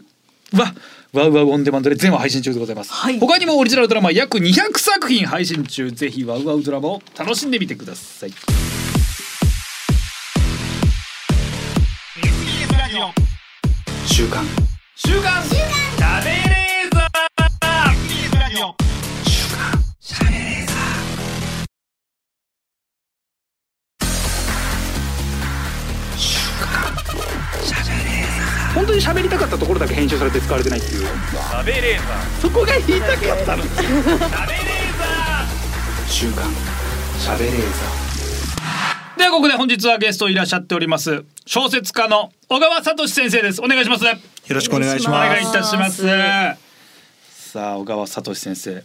はワウワウオンデマンドで全話配信中でございます、
はい
他にもオリジナルドラマ約200作品配信中ぜひワウワウドラマを楽しんでみてください
SBS ラジオ
週刊
週刊しゃべれーザー SBS ラジオ
本当に喋りたかったところだけ編集されて使われてないっていう
しゃべれーザー
そこが言いたかったの
しゃべれーザー
週刊喋れー
ではここで本日はゲストいらっしゃっております小説家の小川聡先生ですお願いしますよろしくお願いしますお願いいたします
さあ小川聡先生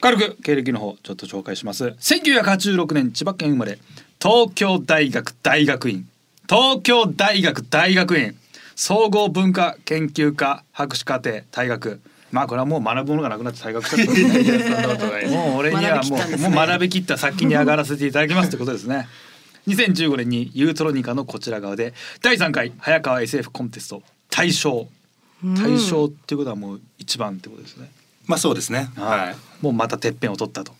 軽く経歴の方ちょっと紹介します1986年千葉県生まれ東京大学大学院東京大学大学院総合文化研究科博士課程大学まあこれはもう学ぶものがなくなって退学したってことで [laughs] もう俺にはもう,、もう学びきった先に上がらせていただきますってことですね2015年にユートロニカのこちら側で第3回早川 SF コンテスト大賞大賞っていうことはもう一番ってことですね。
まあそうですね。はい。
もうまたてっぺんを取ったと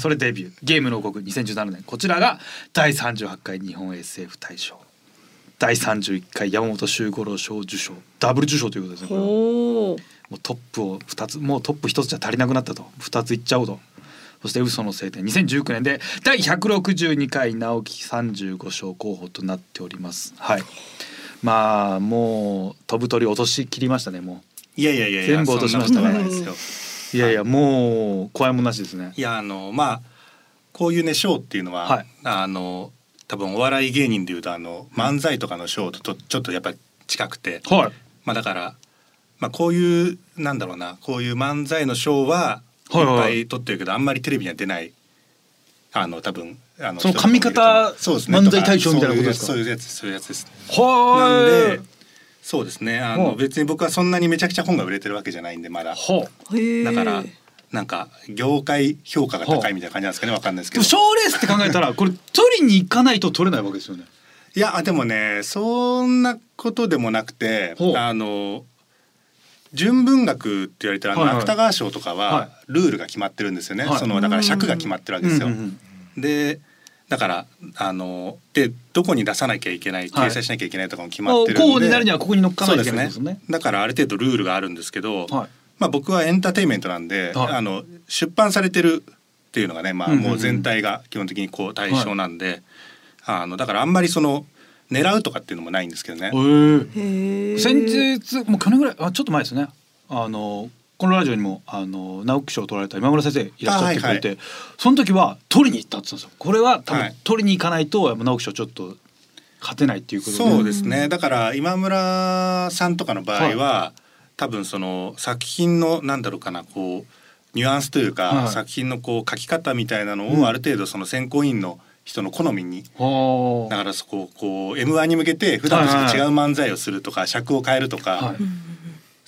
それデビューゲームの王国2017年こちらが第38回日本 SF 大賞第31回山本周五郎賞受賞ダブル受賞ということですねこれは
おお
もうトップを2つもうトップ1つじゃ足りなくなったと2ついっちゃおうとそして「嘘の聖典」2019年で第162回直木35賞候補となっておりますはいまあもう飛ぶ鳥落とし切りましたねも
いやいやいやいや
全部落としましたね
そんなことないですよ。
ういやいやもう怖いもんなしですね
いやあのまあこういうねショーっていうのは、
はい
あの多分お笑い芸人でいうとあの漫才とかのショーととちょっとやっぱり近くて、
はい
まあだからまあこういうなんだろうなこういう漫才のショーは
はいはいはい
いっぱい撮ってるけどあんまりテレビには出ないあの多分あの
その髪型
そうですね
漫才大賞みたいなことですか
そういうやつそういうやつそういうやつです。なん
は
でそうですねあ
は
の
い
別に僕はそんなにめちゃくちゃ本が売れてるわけじゃないんでまだ
ほう
へえ
だからなんか業界評価が高いみたいな感じなんですかねわかんないです
で
け
も
ど
賞レースって考えたらこれ取りに行かないと取れないわけですよね
いやでもねそんなことでもなくて
ほう
あの純文学って言われてるあの
はいはい
芥川賞と
は
か
い
はルールが決まってるんですよね、
はい
そのだから尺が決まってるわけですよ。
うんうんうん
でだからあのでどこに出さなきゃいけない
はい
掲載しなきゃいけないとかも決まっ
候
てるんで、
補になるにはここに乗っかな
そ
いうと
で
いけ
す
ない
ね
ですよね
だからある程度ルールがあるんですけど、
はい
まあ、僕はエンターテインメントなんで、
はい
あの出版されてるっていうのがね、ま
う
あ、
んうんうん
もう全体が基本的にこう対象なんで、あのだからあんまりその狙うとかっていうのもないんですけどね。
へえ
先日もう去年ぐらいあちょっと前ですねあのこのラジオにもあの直木賞を取られた今村先生いらっしゃってくれて、
あは
その時は取りに行ったって言ってたんですよこれは多
は
分
い
取りに行かないとやっぱ直木賞ちょっと勝てないっていうことで
そうですねだから今村さんとかの場合は、多分その作品のなんだろうかなこうニュアンスというか、
はい
作品のこう書き方みたいな
う
の
ん
をある程度その選考委員の人の好みに
は
だ
あ
からそこをこう M1 に向けて普段と違う漫才をするとか尺を変えるとか、
はい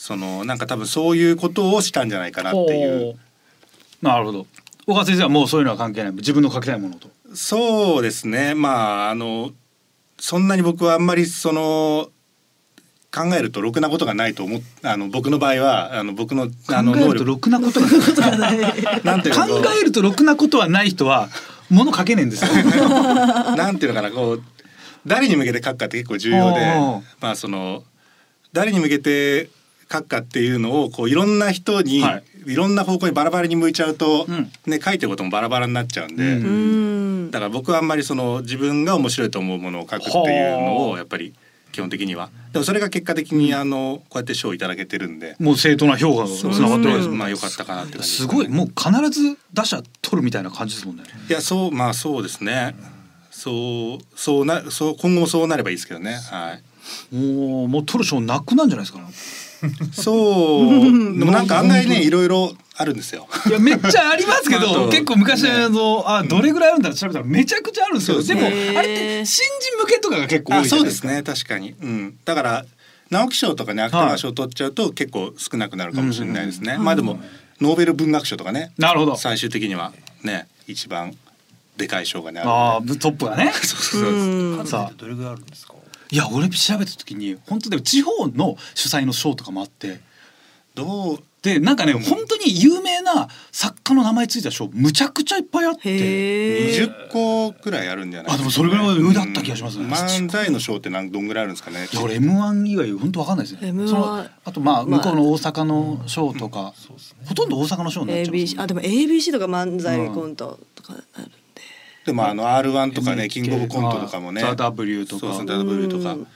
そのなんか多分そういうことをしたんじゃないかなってい
ほう
う
なるほど小川先生はもうそういうのは関係ない自分の書きたいものと
そうですねまああのそんなに僕はあんまりその考えるとろくなことがないと思っあの僕の場合はあの僕のあの
考え
能
ると
力
ろくなことがない [laughs]
なんていうの
考えるとろくなことはない人は物書けねえんですよ。
なんていうのかなこう誰に向けて書くかって結構重要で
おー
まあその誰に向けて書くかっていうのをこういろんな人に、、
はい
ろんな方向にバラバラに向いちゃうと、
うん
ね書いてることもバラバラになっちゃうんで、
うん
うん
だから僕はあんまりその自分が面白いと思うものを書くっていうの
ほう
をやっぱり基本的にはでもそれが結果的にあのこうやって賞をいただけてるんで、
もう正当な評価がつ
そう
ながってるわけです
まあ良かったかなって感じです
すごいもう必ず打者取るみたいな感じですもんね。
いやそうまあそうですねそうそうなそう今後もそうなればいいですけどねはい
もうもう取る賞なくなんじゃないですかね。
[laughs] そうでもなんか案外ねいろいろあるん [laughs] ですよ。
いやめっちゃありますけ
まあ
ど
と
結構昔の映像あどれぐらいあるんだろうって調べたらめちゃくちゃあるんですよで
そう
も
で
あ
す
ね
れって新人向けとかが結構多
あ
いじゃ
そ
な
う
い
で
です
す
か
ね確かに、うん、だから直木賞とかね芥川賞取っちゃうと結構少なくなるかもしれないですね、まあでもノーベル文学賞とかね
なるほど
最終的にはね一番でかい賞がねあ
ああトップが [laughs] ね
るそうそうそう
さあ
どれぐらいあるんですか。
いや俺調べた時に本当でも地方の主催の賞とかもあって
どう
でなんかね本当に有名な作家の名前ついた賞むちゃくちゃいっぱいあって
へえ。
20個くらいあるんじゃない
あでもそれぐらいは上だった気がしますね
うん漫才の賞ってなんどんぐらいあるんですかね
いや俺 M1 以外本当わかんないですね
M1
そのあとまあ
まあ
向こうの大阪の賞とかほとんど大阪の賞になっちゃいます
ABC
ね
あでも ABC とか漫才コントとかあるんで。
でもあの R1 とかねキングオブコントとかもね
ザ W とか
そうそう W とか
でも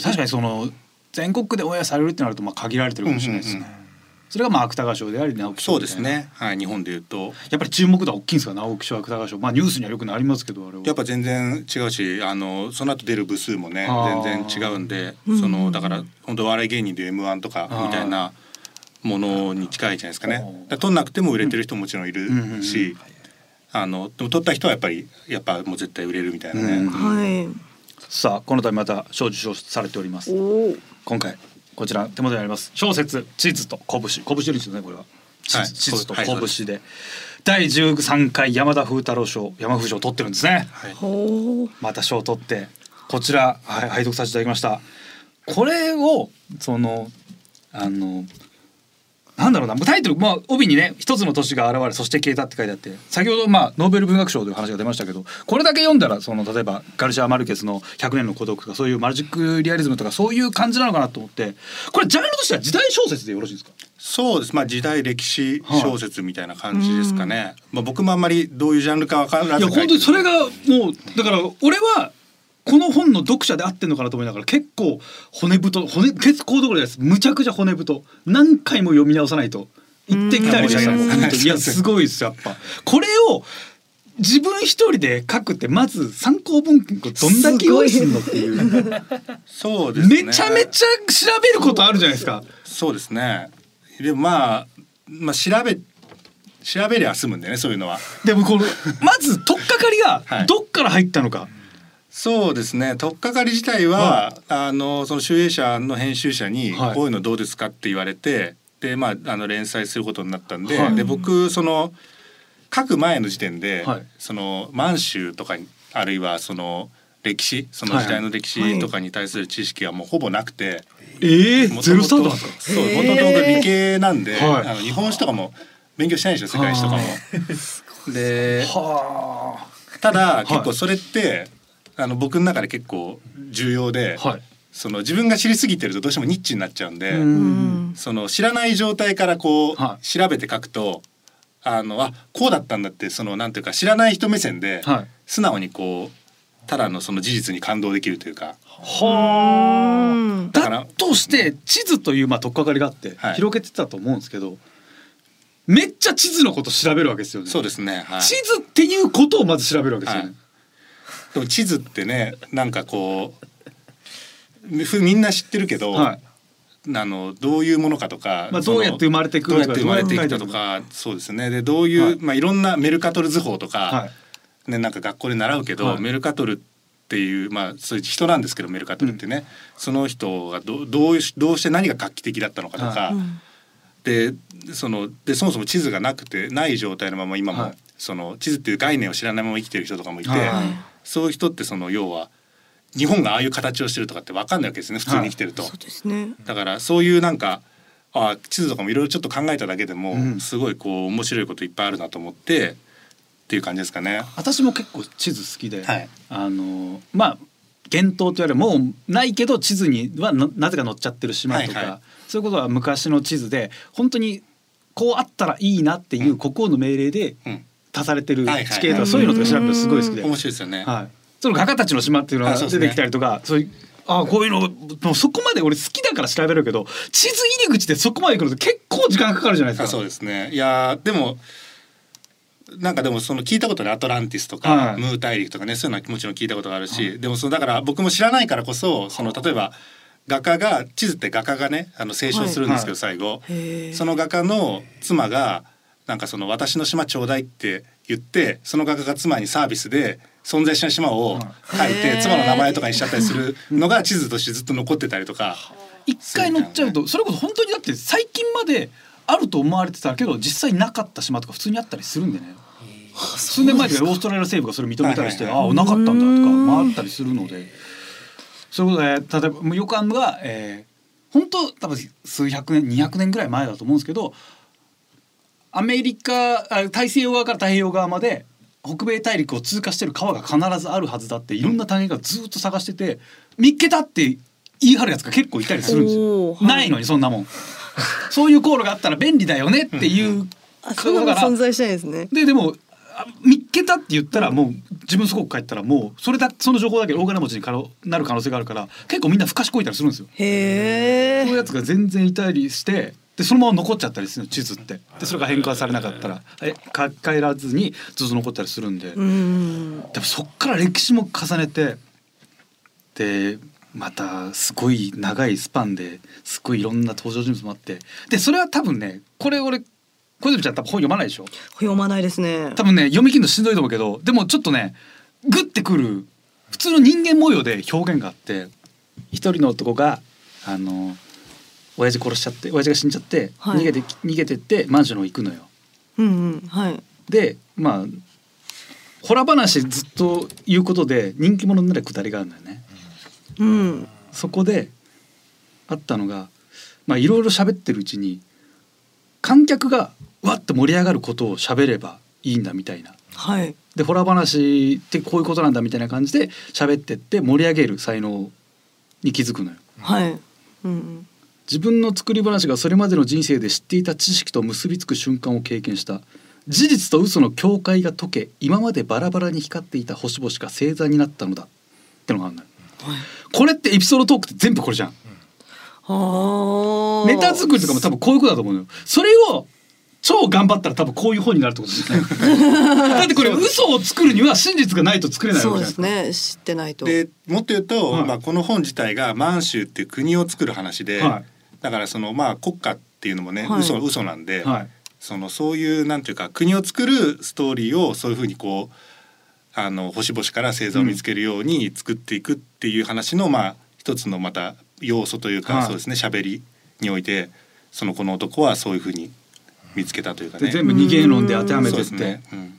確かにその全国区でオンエアされるってなるとまあ限られてるかもしれないですね、
うんうん
それがまあ芥川賞であり直木賞
そう
みた
で
いな
すねはい日本で言うと
やっぱり注目度は大きいんですか直木賞芥川賞まあニュースにはよくなりますけどあれは
やっぱ全然違うしあのその後出る部数もね
あー
全然違うんでそのだから本当お笑い芸人で m 1とかみたいなものに近いじゃないですかね
あー
だから取んなくても売れてる人ももちろんい
うんうんうん
るしあのでも取った人はやっぱりやっぱもう絶対売れるみたいなね、
うん
はい。
さあこの度また賞受賞されております
おお。
今回こちら手元にあります小説「地図と拳」拳よりですよねこれは。地
はい
図地図と
はいそうです
拳で第13回山田風太郎賞山風賞を取ってるんですね。
ほう。
また賞を取ってこちら、はい、拝読させていただきましたこれをそのあのなんだろうなもうタイトル、まあ、帯にね「一つの年が現れそして消えた」って書いてあって先ほど、まあ、ノーベル文学賞という話が出ましたけどこれだけ読んだらその例えばガルシア・マルケスの「100年の孤独」とかそういうマジックリアリズムとかそういう感じなのかなと思ってこれジャンルとしては時代小説でよろしいですか
そうですまあ時代歴史小説みたいな感じですかね、まあ、僕もあんまりどういうジャンルか分からない
いや本当にそれがもうだから俺はこの本の読者で合ってんのかなと思いながら結構骨太骨結構どころじゃないですむちゃくちゃ骨太何回も読み直さないと一滴たりしちゃう
うん
本当にいやすごいですやっぱこれを自分一人で書くってまず参考文献をどんだけ用意するのっていう
そうですね
めちゃめちゃ調べることあるじゃないですか
そうですねでもまあまあ調べ調べりゃ済むんだよねそういうのは
でもこのまず取っかかり
は
が
い
どっから入ったのか
そうですね取っかかり自体は、あのその集英社の編集者に、
はい
こういうのどうですかって言われてでまああの連載することになったんで、
はい
で僕その書く前の時点で、
はい
その満州とかにあるいはその歴史その時代の歴史とかに対する知識はもうほぼなくて、
ええ
もと
ゼ
も
ロスター
と
トなんですか
そう元々僕理系なんで、
はい
あの日本史とかも勉強しないんですよ世界史とかも。で
は
ただ結構それって、あの僕の中で結構重要で、
はい
その自分が知りすぎてるとどうしてもニッチになっちゃうんで、
あう
うんん。
その知らない状態からこう、
はい
調べて書くとあのあこうだったんだってそのなんていうか知らない人目線で、
はい
素直にこうただのその事実に感動できるというか。
はあ
うん。
だから
だとして地図というまあ取っかかりがあって
はい
広げてたと思うんですけど、めっちゃ地図のこと調べるわけですよね。
そうですね、はい、
地図っていうことをまず調べるわけですよね。
はいでも地図ってねなんかこうふみんな知ってるけど、
はい
あのどういうものかとか、
まあ
その
どうやって生まれてくる
ど
とか
うやって生まれてきたと
どう
かそうですねでどういう、
はい
まあ、いろんなメルカトル図法とか、
はい
ね、なんか学校で習うけど、
はい
メルカトルっていう、まあ、そういう人なんですけどメルカトルってね、その人がどどういうどうして何が画期的だったのかとか、
は
でそのでそもそも地図がなくてない状態のまま今も、
はい
その地図っていう概念を知らないまま生きてる人とかもいて、
はい
そういう人ってその要は日本がああいう形をしてるとかって分かんないわけですね普通に生きてると。
そうですね。
だからそういうなんかあ地図とかもいろいろちょっと考えただけでも、
うん
すごいこう面白いこといっぱいあるなと思ってっていう感じですかね。
私も結構地図好きで、
はい
あのまあ幻冬といわれるもうないけど地図にはななぜか載っちゃってる島とか、
はいはい
そういうことは昔の地図で本当にこうあったらいいなっていう国王の命令で
うん、
足されてる
はいはい
地形とかそういうのとか調べるのすごい好きで、
面白いですよね。
はい、その画家たちの島っていうのが
あそうです
出
ね
てきたりとかそういうあこういうのもうそこまで俺好きだから調べるけど地図入り口でそこまで行くのって結構時間かかるじゃないで
あ
す
そう
か。
ですね。いやーでもなんかでもその聞いたことあるアトランティスとか、
はい
ムー大陸とかねそういうのはもちろん聞いたことがあるし、でもそのだから僕も知らないからこそその例えば画家が地図って画家がねあの清書するんですけど、最後
へえ
その画家の妻がなんかその私の島ちょうだいって言ってその画家が妻にサービスで存在しない島を書い
へ
て
ー
妻の名前とかにしちゃったりするのが地図としてずっと残ってたりとか
一回乗っちゃうとそれこそ本当にだって最近まであると思われてたけど実際なかった島とか普通にあったりするんでね数年前とかオーストラリア政府がそれ認めたりして、
はいはいは
ああなかったんだとか回ったりするのでそういうことで例えばもう横浜が、えー、本当多分数百年200年ぐらい前だと思うんですけどアメリカあ大西洋側から太平洋側まで北米大陸を通過してる川が必ずあるはずだっていろんな探検家がずっと探してて見っけたって言い張るやつが結構いたりするんですよ
お。ーはい
ないのにそんなもん。そういう航路があったら便利だよねっていう
あそんなの
だから
存在しないですね
ででもあ見っけたって言ったらもう自分すごく帰ったらもうそれだその情報だけで大金持ちにかろなる可能性があるから結構みんな不賢いたりするんですよ。
へ
そういう
え
やつが全然いたりしてでそのまま残っちゃったりするの地図ってでそれが変換されなかったらえか帰らずにずっと残ったりするんで、
うん
でもそっから歴史も重ねてでまたすごい長いスパンですごいいろんな登場人物もあってでそれは多分ねこれ俺小泉ちゃん多分本読まないでしょ
読まないですね
多分ね読み切るのしんどいと思うけどでもちょっとねグッてくる普通の人間模様で表現があって一人の男があの親父殺しちゃって親父が死んじゃって、
はい
逃げて逃げてってマンションの方行くのよ。
うんうんはい
でまあホラ話ずっと言うことで人気者になるくだりがあるんだよね。
うん
そこであったのがまあいろいろ喋ってるうちに観客がわっと盛り上がることを喋ればいいんだみたいな
はい
でホラー話ってこういうことなんだみたいな感じで喋ってって盛り上げる才能に気づくのよ。
はいうんうん
自分の作り話がそれまでの人生で知っていた知識と結びつく瞬間を経験した事実と嘘の境界が解け今までバラバラに光っていた星々が星座になったのだってのがあるのよ。
はい
これってエピソードトークって全部これじゃん。
ああ
ネタ作りとかも多分こういうことだと思うのよ。それを超頑張ったら多分こういう本になるってことですね。
[laughs]
だってこれ嘘を作るには真実がないと作れない
そ
わ
う
け
で
じゃないです
す
か。
ね知ってないと
でもっと言うと、
はい
まあ、この本自体が満州っていう国を作る話で、
は
だからそのまあ国家っていうのもね、
はい
嘘嘘なんで、
はい。
そのそういうなんていうか国を作るストーリーをそういうふうにこうあの星々から星座を見つけるように作っていくっていう話の、まあ一つのまた要素というか、
はい
そうですね喋りにおいてそのこの男はそういうふうに見つけたというか
で
ね。
全部二元論で当てはめ
そ
てっ
うで
て、
すねうん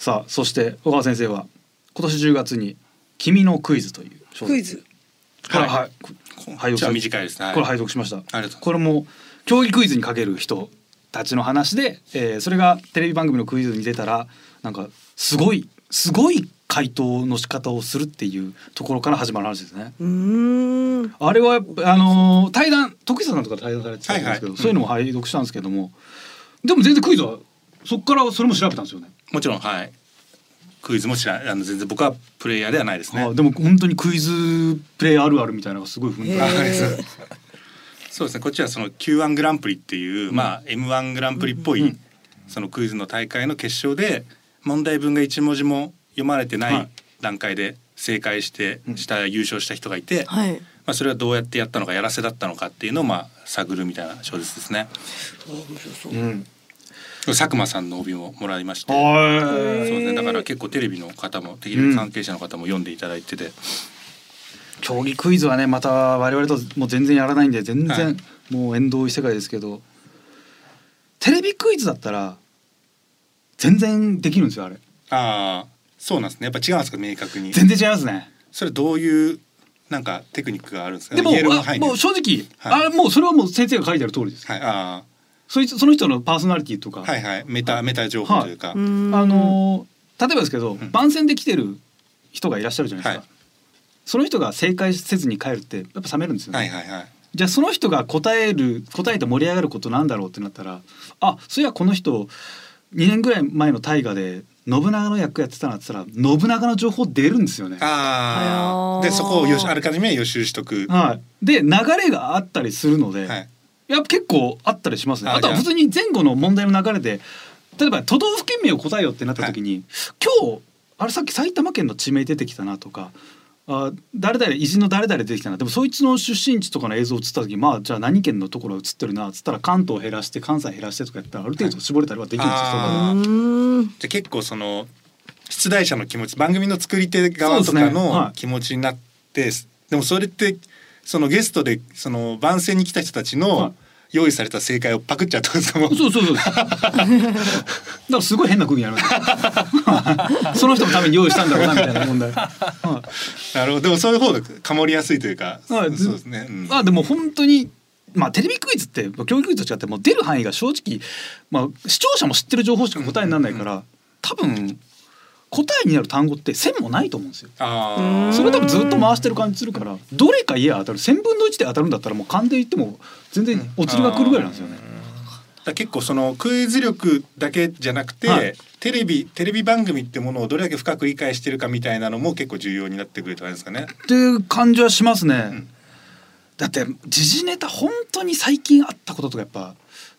さあそして小川先生は今年10月に「君のクイズ」という小説
クイズ
これ
は
はいい、
こ
拝読
じゃあ短いですね。はい
これ拝読しました、
ありがとうございます
これも競技クイズにかける人たちの話で、えーそれがテレビ番組のクイズに出たらなんかすごいすごい回答の仕方をするっていうところから始まる話ですね。
うーん
あれはやっぱあのー対談徳久さんとかで対談されてたんですけど、
はいはい
そういうのも拝読したんですけども、でも全然クイズはそこからそれも調べたんですよね。
もちろんはい。クイズも知らないあの全然僕はプレイヤーではないですね。
あでも本当にクイズプレイあるあるみたいなのがすごい雰囲気
へ
が
ー
[laughs] そうですね。こっちはその Q1 グランプリっていう、まあ M1 グランプリっぽい、そのクイズの大会の決勝で問題文が一文字も読まれてな
はい
い段階で正解して、した優勝した人がいて、ま
はい
あそれはどうやってやったのかやらせだったのかっていうのをまあ探るみたいな小説ですね。
うん
佐久間さんの帯ももらいまして。
は
そうですね。だから結構テレビの方もテレビ関係者の方も読んでいただいてて、
い競技クイズはねまた我々ともう全然やらないんで全然、
はい
もう縁遠い世界ですけどテレビクイズだったら全然できるんですよあれ
ああそうなんですね。やっぱ違うんですか明確に。
全然違いますね
それどういうなんかテクニックがあるんですか。
でも
言える範
あ
囲で
もう正直、
はい
あれもうそれはもう先生が書いてある通りです、
はい、あ
そいつその人のパーソナリティとか、
あはいはいメタメタ情報というか、
うーん
あのー例えばですけど、
ん
番宣で来てる人がいらっしゃるじゃないですか、
はい
その人が正解せずに帰るってやっぱ冷めるんですよね、
はいはいはい
じゃあその人が答える答えて盛り上がることなんだろうってなったらあそういやこの人2年ぐらい前の大河で信長の役やってたなって言ったら信長の情報出るんですよね。
ああ
あー
でそこをよしあらかじめ予習しとく、
はい、で流れがあったりするので、
はい
いや結構あったりしますね。
あ
あとは
じゃあ
普通に前後の問題の流れで例えば都道府県名を答えようってなった時に、今日あれさっき埼玉県の地名出てきたなとかあ誰々偉人の誰々出てきたなでもそいつの出身地とかの映像映った時まあじゃあ何県のところ映ってるなっつったら関東減らして関西減らしてとかやったらある程度絞れたりはできるんですよ、それは
あー
ーん
じゃあ結構その出題者の気持ち番組の作り手側とか
そうですねは
の
い
気持ちになってで,、もそれってそのゲストでその番宣に来た人たち
はい
の用意された正解をパクっちゃったんですかも [laughs] う
そうそうそうです。だからすごい変な空気になるんですよ。 [laughs] その人のために用意したんだろうなみたいな問題。は
なるほどでもそういう方がかもりやすいというか、
いはい、
そうですね、うん
まあでも本当に。まあ、テレビクイズってまあ教育クイズと違ってもう出る範囲が正直、まあ、視聴者も知ってる情報しか答えにならないから多分答えになる単語って1,000もないと思うんですよ。
あ
それ多分ずっと回してる感じするからどれか家当たる1,000分の1で当たるんだったらもう勘で言っても全然お釣りが来るぐらいなんですよね。
ーだ結構そのクイズ力だけじゃなくて、
はい
テレビテレビ番組ってものをどれだけ深く理解してるかみたいなのも結構重要になってくるとあれですかね。
っていう感じはしますね、
ん
だって時事ネタ本当に最近あったこととかやっぱ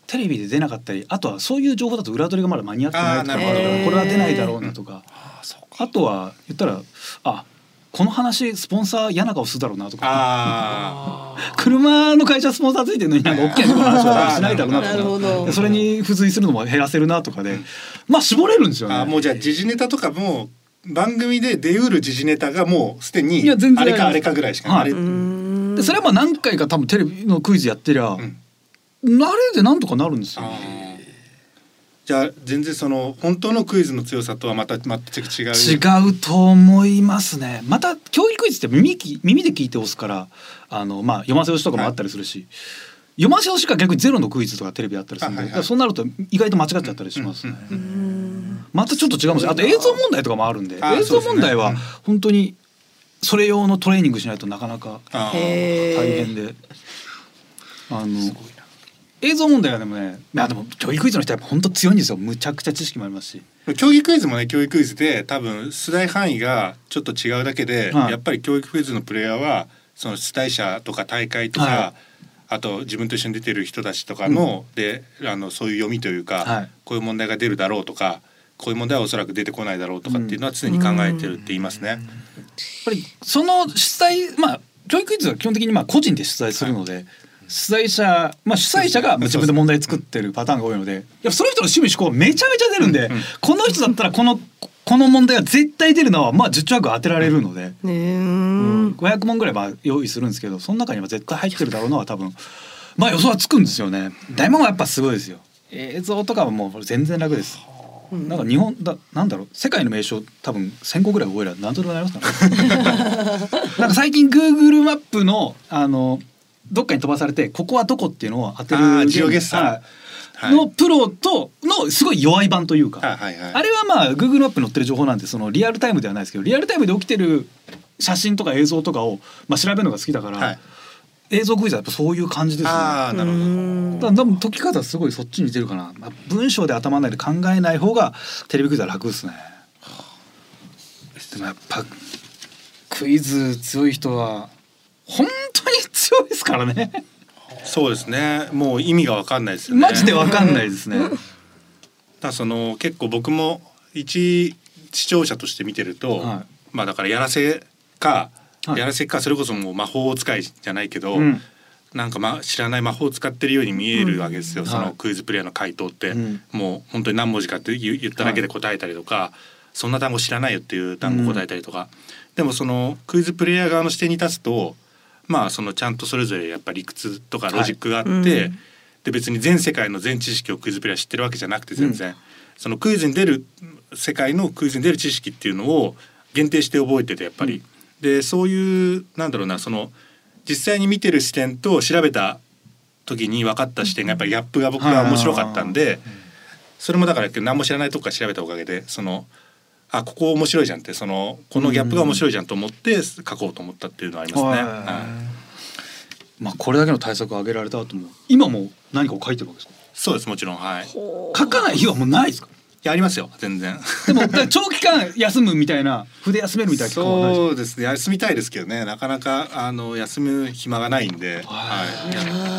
テレビで出なかったりあとはそういう情報だと裏取りがまだ間に合ってないとか
あ
あ
ー
る
な
か
るほど
らこれは出ないだろうなとか、あとは言ったらあこの話スポンサー嫌な顔するだろうなとか
あ
車の会社スポンサーついてるのになんか大きな話はしないだろうな
なる
と
ほ
か
ど
で。それに付随するのも減らせるなとかでまあ絞れるんですよ
ー
ね。
あーもうじゃあ時事ネタとかも番組で出うる時事ネタがもうすでに
いや全然
あれか
あ
あ
り
れ
ます
かぐらいしか、
はい
あれ、
でそれはまあ何回か多分テレビのクイズやってりゃ、
ん
慣れでなんとかなるんですよ、
あ
ね。
ーじゃあ全然その本当のクイズの強さとはまた全く違う。
違うと思いますねまた教育クイズって耳き耳で聞いて押すからあの、まあ、読ませ押しとかもあったりするし、読ませ押しか逆にゼロのクイズとかテレビであったりするんで、
あはいは
だか
い
らそうなると意外と間違っちゃったりしますね。またちょっと違うもしあと映像問題とかもあるんで
あ
映像問題
そう
は
です
本当にそれ用のトレーニングしないとなかなか
あー
へ
大
え
変で。あの映像問題はでもね、まあでも教育クイズの人はやっぱ本当強いんですよ。むちゃくちゃ知識もありますし。
競技クイズもね競技クイズで多分出題範囲がちょっと違うだけで、
はい
やっぱり競技クイズのプレイヤーはその出題者とか大会とか、
は
あと自分と一緒に出てる人たちとかの、であのそういう読みというか、
はい
こういう問題が出るだろうとかこういう問題はおそらく出てこないだろうとかっていうのは常に考えてるって言いますね。
やっぱりその出題まあ教育クイズは基本的にまあ個人で出題するので、出題者まあ主催者がまあ自分で問題作ってるパターンが多いので、やっぱその人の趣味思考めちゃめちゃ出るんで、この人だったらこのこの問題は絶対出るのはまあ10着当てられるので、
ねえうーん
500問ぐらいまあ用意するんですけどその中には絶対入ってるだろうのは多分まあ予想はつくんですよね。大門はやっぱすごいですよ。映像とかはもう全然楽です。なんか日本だなんだろう世界の名称多分1,000個ぐらい覚えれば何とでもなりますから、
[laughs]
ね、なんか最近 Google マップのあのどっかに飛ばされてここはどこっていうのを当てる
あー
ゲーム
ジオゲッサー
はい
はい
のプロとのすごい弱い版というか、
あはいはい
あれはまあ Google マップに載ってる情報なんでそのリアルタイムではないですけどリアルタイムで起きてる写真とか映像とかを、まあ、調べるのが好きだから、
はい
映像クイズはやっぱそういう感じですね。
ああなるほど。
だから多分解き方はすごいそっちに似てるかな、まあ、文章で頭の中で考えない方がテレビクイズは楽ですねでもやっぱクイズ強い人は本当に強いですからね
そうですね。もう意味がわかんないですよね。
マジでわかんないですね
だからその結構僕も一視聴者として見てると、
はい
まあだからやらせか、
はい
やらせかそれこそもう魔法使いじゃないけど、
うん
なんか、ま、知らない魔法を使ってるように見えるわけですよ、
うん
そ
は
の
い
クイズプレイヤーの回答って、
うん
もう本当に何文字かって言言っただけで答えたりとか、そんな単語知らないよっていう単語答えたりとか、でもそのクイズプレイヤー側の視点に立つとまあそのちゃんとそれぞれやっぱ理屈とかロジックがあって、
はいうん
で別に全世界の全知識をクイズプレイヤー知ってるわけじゃなくて全然、そのクイズに出る世界のクイズに出る知識っていうのを限定して覚えててやっぱり、でそういうなんだろうなその実際に見てる視点と調べた時に分かった視点がやっぱりギャップが僕は面白かったんで、それもだから何も知らないとこから調べたおかげでそのあここ面白いじゃんってそのこのギャップが面白いじゃんと思って書こうと思ったっていうのはありますね。
はい
はい
まあこれだけの対策を挙げられた後も今も何かを書いてるわけですか
そうですもちろんはい。
書かない日はもうないですか
やありますよ全然
でもだから長期間休むみたいな筆休めるみたいな期間はない
そうですね休みたいですけどねなかなかあの休む暇がないんで、は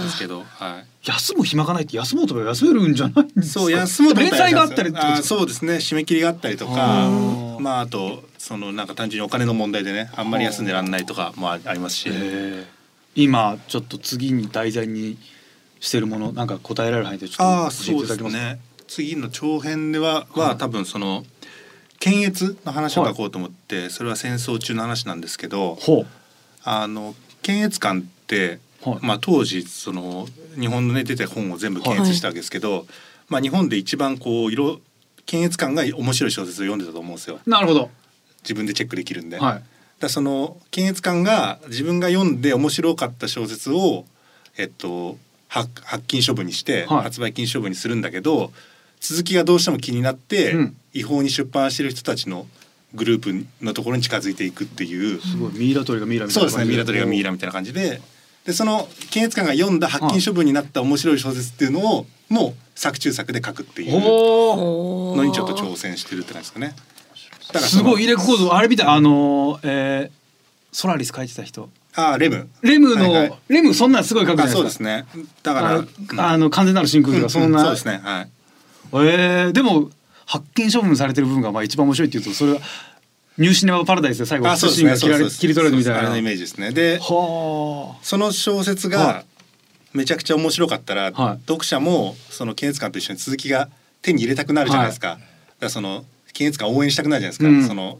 い、ですけど、は
休む暇がないって休もうと思えば休めるんじゃないんで
い、
すか
そう休むと
連載があったりってこと
あ
ですか
そうですね締め切りがあったりとかまああとそのなんか単純にお金の問題でねあんまり休んでらんないとかもあありますし、
えー今ちょっと次に題材にしてるものなんか答えられる範囲でちょ
ああ
っと教えて
そ
い
うで
ただ
す
けますか
ね次の長編ではは多分その検閲の話を書こうと思って、それは戦争中の話なんですけど
ほ
あの検閲官って、
はい
まあ、当時その日本の、ね、出てた本を全部検閲したわけですけど、まあ、日本で一番こう色検閲官が面白い小説を読んでたと思うんですよ
うなるほど
自分でチェックできるんで。
は
だからその検閲官が自分が読んで面白かった小説を、えっと、発発禁処分にして、
はい
発売禁止処分にするんだけど続きがどうしても気になって、
うん
違法に出版してる人たちのグループのところに近づいていくっていう、
いすごいミイラ取りがミイラみた
そ
いうな
ですねミイラ取りがミイ
ラ
ラみたいな感じででその検閲官が読んだ発禁処分になった面白い小説っていうのをもう作中作で書くっていう
おお
お
のにちょっと挑戦してるって感じですかね。だからそ
す
の
ごい入れ子構造あれみたいあのーえーソラリス書いてた人
あーレム
レムの、
はいはい
レムそんなんすごい書くじゃ
あ
ないですか
そうですねだから
ああの完全なる真空がそんな、
そうですねはい
えーでも発見処分されてる部分がまあ一番面白いっていうとそれはニューシネマパラダイスで最後
あそうで
シー
す
ンが
ね
切られ切り取られるみた
そうですあれのイ
いな。
メージですねで
は
その小説
は
がめちゃくちゃ面白かった
は
ら、
い
読者もその検閲官と一緒に続きが手に入れたくなるじゃないですか、だからその検閲官を応援したくなるじゃないですか、
うん
その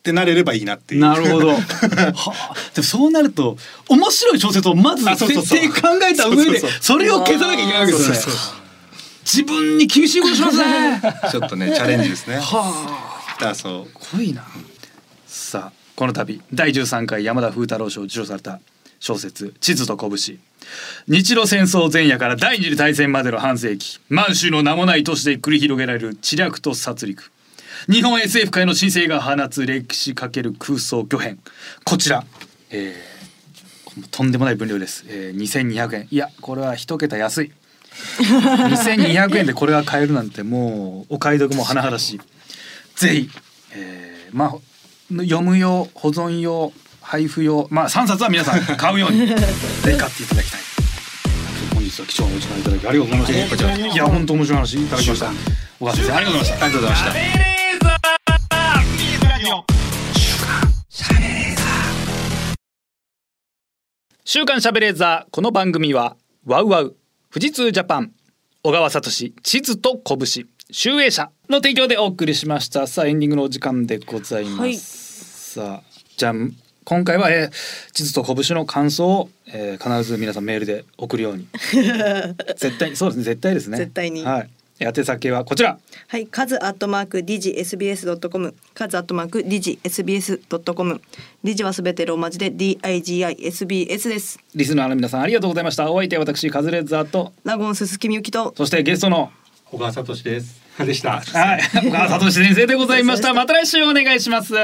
ってなれればいいなって
あ
いう
なる
[laughs]
ほど。はあでもそうなると面白い小説をまず
あそうそう
設
そう
定考えた上で
そうそうそう
それを消さなきゃいけないわけですね。自分に厳しいことしますね。
[laughs] ちょっ
[laughs]
とねチャレンジですね
はあ
だからそう
濃いな。さあこの度第13回山田風太郎賞を受賞された小説「地図と拳」日露戦争前夜から第二次大戦までの半世紀満州の名もない都市で繰り広げられる知略と殺戮日本 SF 界の新星が放つ歴史×空想巨編こちら、えーとんでもない分量です、えー、2200円いやこれは一桁安い [laughs] 2200円でこれが買えるなんてもうお買い得も甚だしいぜひ、えーまあ読む用保存用配布用まあ3冊は皆さ [laughs] ん買うようにぜひ買っていただきたい本日は貴重なお時間いただきありがとうございましたいや本当面白い話いただきました小川先生ありがとうございましたありがとうございました
週刊シャベレーザーこの番組はワウワウ富士通ジャパン小川聡地図と拳集英社の提供でお送りしましたさあエンディングのお時間でございます、
はい
さあじゃあ今回は、えー、地図と拳の感想を、えー、必ず皆さんメールで送るよう
[laughs]
に絶対にそうですね絶対ですね
絶対に
はい宛先はこちら
はい、カズアットマークディジ SBS ドットコム、カズアットマークディジ SBS ドットコム、ディジはすべてローマ字で D I G I S B S です。
リスナーの皆さんありがとうございましたお相手は私カズレーザーと
ラゴンすすきみゆきと。
そしてゲストの
小川聡ですでした
はい、小川聡先生でございました。また来週お願いします。